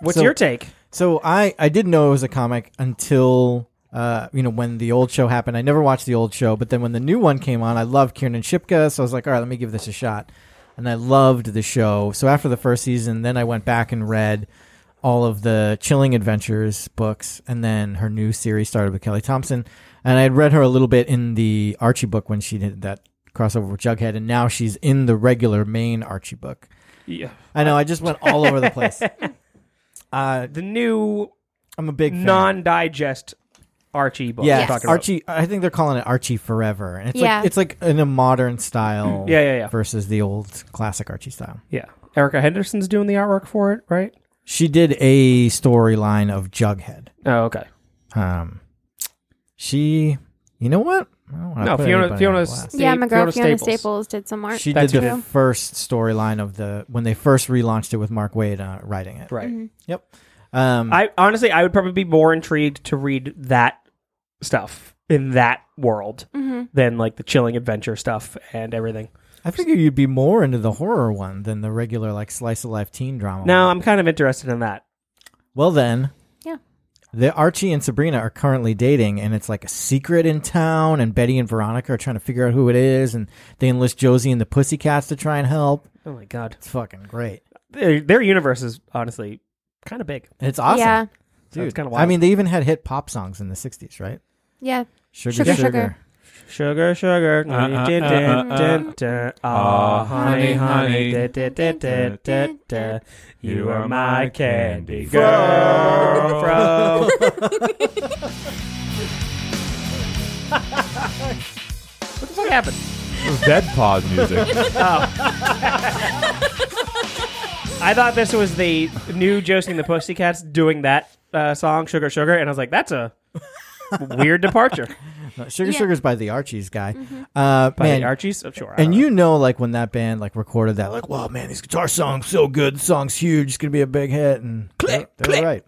[SPEAKER 5] What's
[SPEAKER 7] So-
[SPEAKER 5] your take?
[SPEAKER 7] So I I didn't know it was a comic until uh you know when the old show happened. I never watched the old show, but then when the new one came on, I loved Kieran Shipka, so I was like, all right, let me give this a shot. And I loved the show. So after the first season, then I went back and read all of the Chilling Adventures books, and then her new series started with Kelly Thompson. And I had read her a little bit in the Archie book when she did that crossover with Jughead, and now she's in the regular main Archie book.
[SPEAKER 5] Yeah.
[SPEAKER 7] I know I just went all over the place. Uh,
[SPEAKER 5] The new
[SPEAKER 7] I'm a big fan.
[SPEAKER 5] non-digest Archie book.
[SPEAKER 7] Yeah,
[SPEAKER 5] you're talking about.
[SPEAKER 7] Archie. I think they're calling it Archie Forever, and it's
[SPEAKER 4] Yeah.
[SPEAKER 7] like it's like in a modern style.
[SPEAKER 5] Yeah, yeah, yeah.
[SPEAKER 7] Versus the old classic Archie style.
[SPEAKER 5] Yeah, Erica Henderson's doing the artwork for it, right?
[SPEAKER 7] She did a storyline of Jughead.
[SPEAKER 5] Oh, okay.
[SPEAKER 7] Um, she, you know what? I don't wanna
[SPEAKER 5] No,
[SPEAKER 7] put
[SPEAKER 5] Fiona.
[SPEAKER 7] anybody
[SPEAKER 5] Fiona.
[SPEAKER 7] on blast.
[SPEAKER 4] yeah, my girl
[SPEAKER 5] Fiona
[SPEAKER 4] Fiona
[SPEAKER 5] Staples.
[SPEAKER 4] Staples. did some art.
[SPEAKER 7] She did
[SPEAKER 5] That's
[SPEAKER 7] the
[SPEAKER 5] true.
[SPEAKER 7] first storyline of the when they first relaunched it with Mark Wade uh, writing it.
[SPEAKER 5] Right.
[SPEAKER 7] Yep. Um,
[SPEAKER 5] I honestly, I would probably be more intrigued to read that stuff in that world
[SPEAKER 4] Mhm.
[SPEAKER 5] than like the chilling adventure stuff and everything.
[SPEAKER 7] I figure you'd be more into the horror one than the regular like slice of life teen drama.
[SPEAKER 5] Now
[SPEAKER 7] one.
[SPEAKER 5] I'm kind of interested in that.
[SPEAKER 7] Well then.
[SPEAKER 4] Yeah.
[SPEAKER 7] The Archie and Sabrina are currently dating and it's like a secret in town and Betty and Veronica are trying to figure out who it is and they enlist Josie and the Pussycats to try and help.
[SPEAKER 5] Oh my god,
[SPEAKER 7] It's fucking great.
[SPEAKER 5] their, their universe is honestly kind of big.
[SPEAKER 7] It's awesome.
[SPEAKER 4] Yeah,
[SPEAKER 5] So it's
[SPEAKER 7] Dude,
[SPEAKER 5] kind of wild.
[SPEAKER 7] I mean they even had hit pop songs in the 60s, right?
[SPEAKER 4] yeah.
[SPEAKER 7] Sugar
[SPEAKER 4] Sugar, Sugar.
[SPEAKER 5] sugar, sugar,
[SPEAKER 8] Uh, uh,
[SPEAKER 5] dun,
[SPEAKER 8] uh,
[SPEAKER 5] dun,
[SPEAKER 8] uh,
[SPEAKER 5] dun, dun.
[SPEAKER 8] Ah,
[SPEAKER 5] Ah, honey,
[SPEAKER 8] honey,
[SPEAKER 5] honey, da, da, da, da, da, da. You are my candy girl.
[SPEAKER 8] girl.
[SPEAKER 5] Fro. what the fuck happened?
[SPEAKER 8] Dead Pod music.
[SPEAKER 5] I thought this was the new Josie and the Pussycats doing that uh, song, Sugar Sugar, and I was like, that's a weird departure.
[SPEAKER 7] No, Sugar
[SPEAKER 4] Yeah. Mm-hmm.
[SPEAKER 7] Sugar's by the Archies guy. Uh,
[SPEAKER 5] By
[SPEAKER 7] man,
[SPEAKER 5] the Archies? Oh, sure. I
[SPEAKER 7] and
[SPEAKER 5] don't know.
[SPEAKER 7] you know, like when that band like recorded that, like, "Wow, man, these guitar songs so good. This song's huge. It's gonna be a big hit." And click, they're, they're right.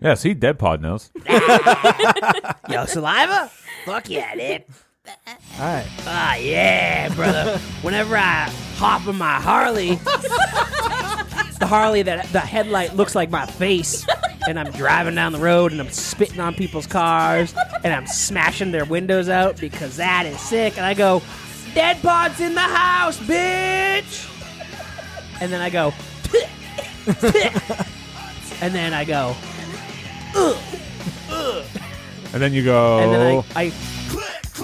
[SPEAKER 8] yeah, see, Dead Pod knows.
[SPEAKER 6] Yo, saliva. Fuck yeah, dude.
[SPEAKER 7] All right.
[SPEAKER 6] Ah, yeah, brother. Whenever I hop on my Harley, the Harley that the headlight looks like my face, and I'm driving down the road and I'm spitting on people's cars and I'm smashing their windows out because that is sick. And I go, Dead Pod's in the house, bitch! And then I go, and then I go,
[SPEAKER 8] and then you go.
[SPEAKER 5] and
[SPEAKER 6] Oh.
[SPEAKER 5] then I, I,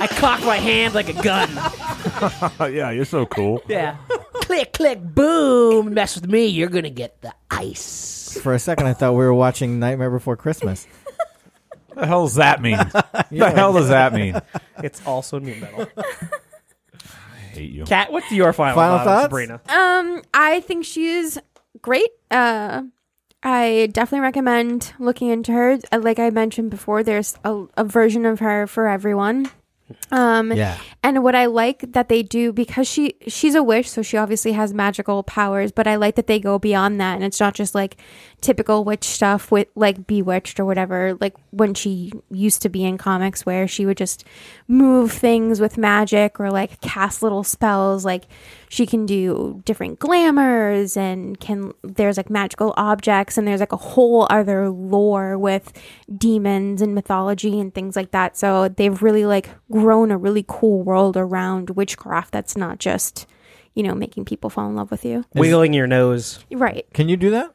[SPEAKER 5] I cock my hand like a gun.
[SPEAKER 8] "Oh, yeah, you're so cool.
[SPEAKER 5] Yeah. click, click, boom. Mess with me, you're gonna get the ice.
[SPEAKER 7] For a second, I thought we were watching Nightmare Before Christmas.
[SPEAKER 8] What the hell does that mean? What the hell does that mean? I
[SPEAKER 6] It's also new metal.
[SPEAKER 8] hate you.
[SPEAKER 6] Kat, what's your final,
[SPEAKER 7] Final
[SPEAKER 6] thought on
[SPEAKER 7] thoughts?
[SPEAKER 6] Sabrina?
[SPEAKER 4] Um, I think she's great. Uh, I definitely recommend looking into her. Uh, Like I mentioned before, there's a, a version of her for everyone. Um,
[SPEAKER 7] Yeah.
[SPEAKER 4] And what I like that they do because she she's a witch, so she obviously has magical powers. But I like that they go beyond that, and it's not just like typical witch stuff with like bewitched or whatever. Like when she used to be in comics, where she would just move things with magic or like cast little spells. Like she can do different glamours and can there's like magical objects and there's like a whole other lore with demons and mythology and things like that. So they've really like grown a really cool world around witchcraft that's not just, you know, making people fall in love with you.
[SPEAKER 6] Wiggling your nose.
[SPEAKER 4] Right.
[SPEAKER 7] Can you do that?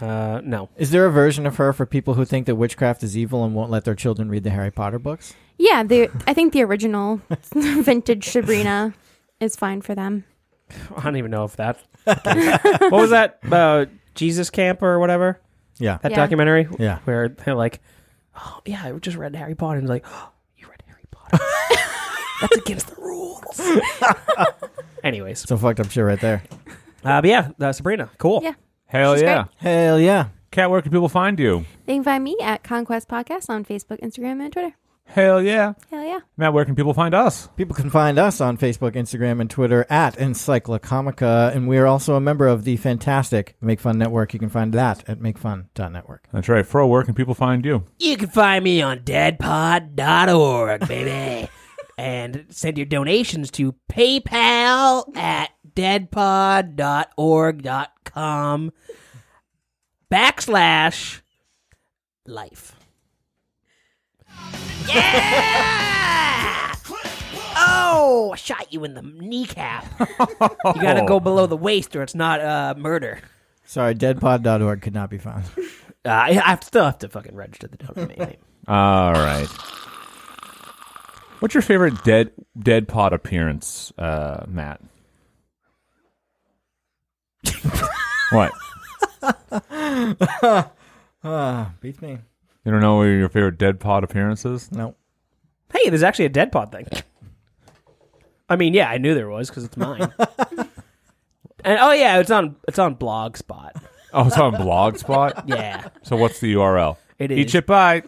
[SPEAKER 6] Uh, no.
[SPEAKER 7] Is there a version of her for people who think that witchcraft is evil and won't let their children read the Harry Potter books?
[SPEAKER 4] Yeah, the I think the original vintage Sabrina is fine for them.
[SPEAKER 6] I don't even know if that. what was that? Uh, Jesus Camp or whatever?
[SPEAKER 7] Yeah.
[SPEAKER 6] That
[SPEAKER 4] Yeah.
[SPEAKER 6] documentary?
[SPEAKER 7] Yeah.
[SPEAKER 6] Where they're like, oh, yeah, I just read Harry Potter. And it's like, oh, you read Harry Potter. That's against the rules. Anyways.
[SPEAKER 7] So fucked up shit right there.
[SPEAKER 6] Uh, but yeah, uh, Sabrina, cool.
[SPEAKER 4] Yeah.
[SPEAKER 8] Hell
[SPEAKER 4] She's
[SPEAKER 8] yeah.
[SPEAKER 4] great.
[SPEAKER 7] Hell yeah.
[SPEAKER 8] Cat, where can people find you?
[SPEAKER 4] They can find me at Conquest Podcast on Facebook, Instagram, and Twitter.
[SPEAKER 8] Hell yeah.
[SPEAKER 4] Hell yeah.
[SPEAKER 8] Matt, where can people find us?
[SPEAKER 7] People can find us on Facebook, Instagram, and Twitter at Encyclocomica, and we are also a member of the fantastic Make Fun Network. You can find that at makefun.network.
[SPEAKER 8] That's right. Fro, where can people find you?
[SPEAKER 5] You can find me on deadpod.org, baby. and send your donations to PayPal at deadpod.org.com backslash life. Yeah! Oh, I shot you in the kneecap. You gotta go below the waist or it's not uh, murder.
[SPEAKER 7] Sorry, deadpod.org could not be found.
[SPEAKER 5] Uh, I I still have to fucking register the domain name.
[SPEAKER 8] All right. What's your favorite dead dead pod appearance, uh, Matt? what?
[SPEAKER 7] Ah, beats me.
[SPEAKER 8] You don't know what your favorite dead pod appearance is?
[SPEAKER 7] No.
[SPEAKER 6] Hey, there's actually a dead pod thing. I mean, yeah, I knew there was because it's mine. and oh yeah, it's on it's on Blogspot.
[SPEAKER 8] Oh, it's on Blogspot?
[SPEAKER 6] Yeah,
[SPEAKER 8] So what's the URL?
[SPEAKER 6] It
[SPEAKER 8] Eat
[SPEAKER 6] is.
[SPEAKER 8] shit bye.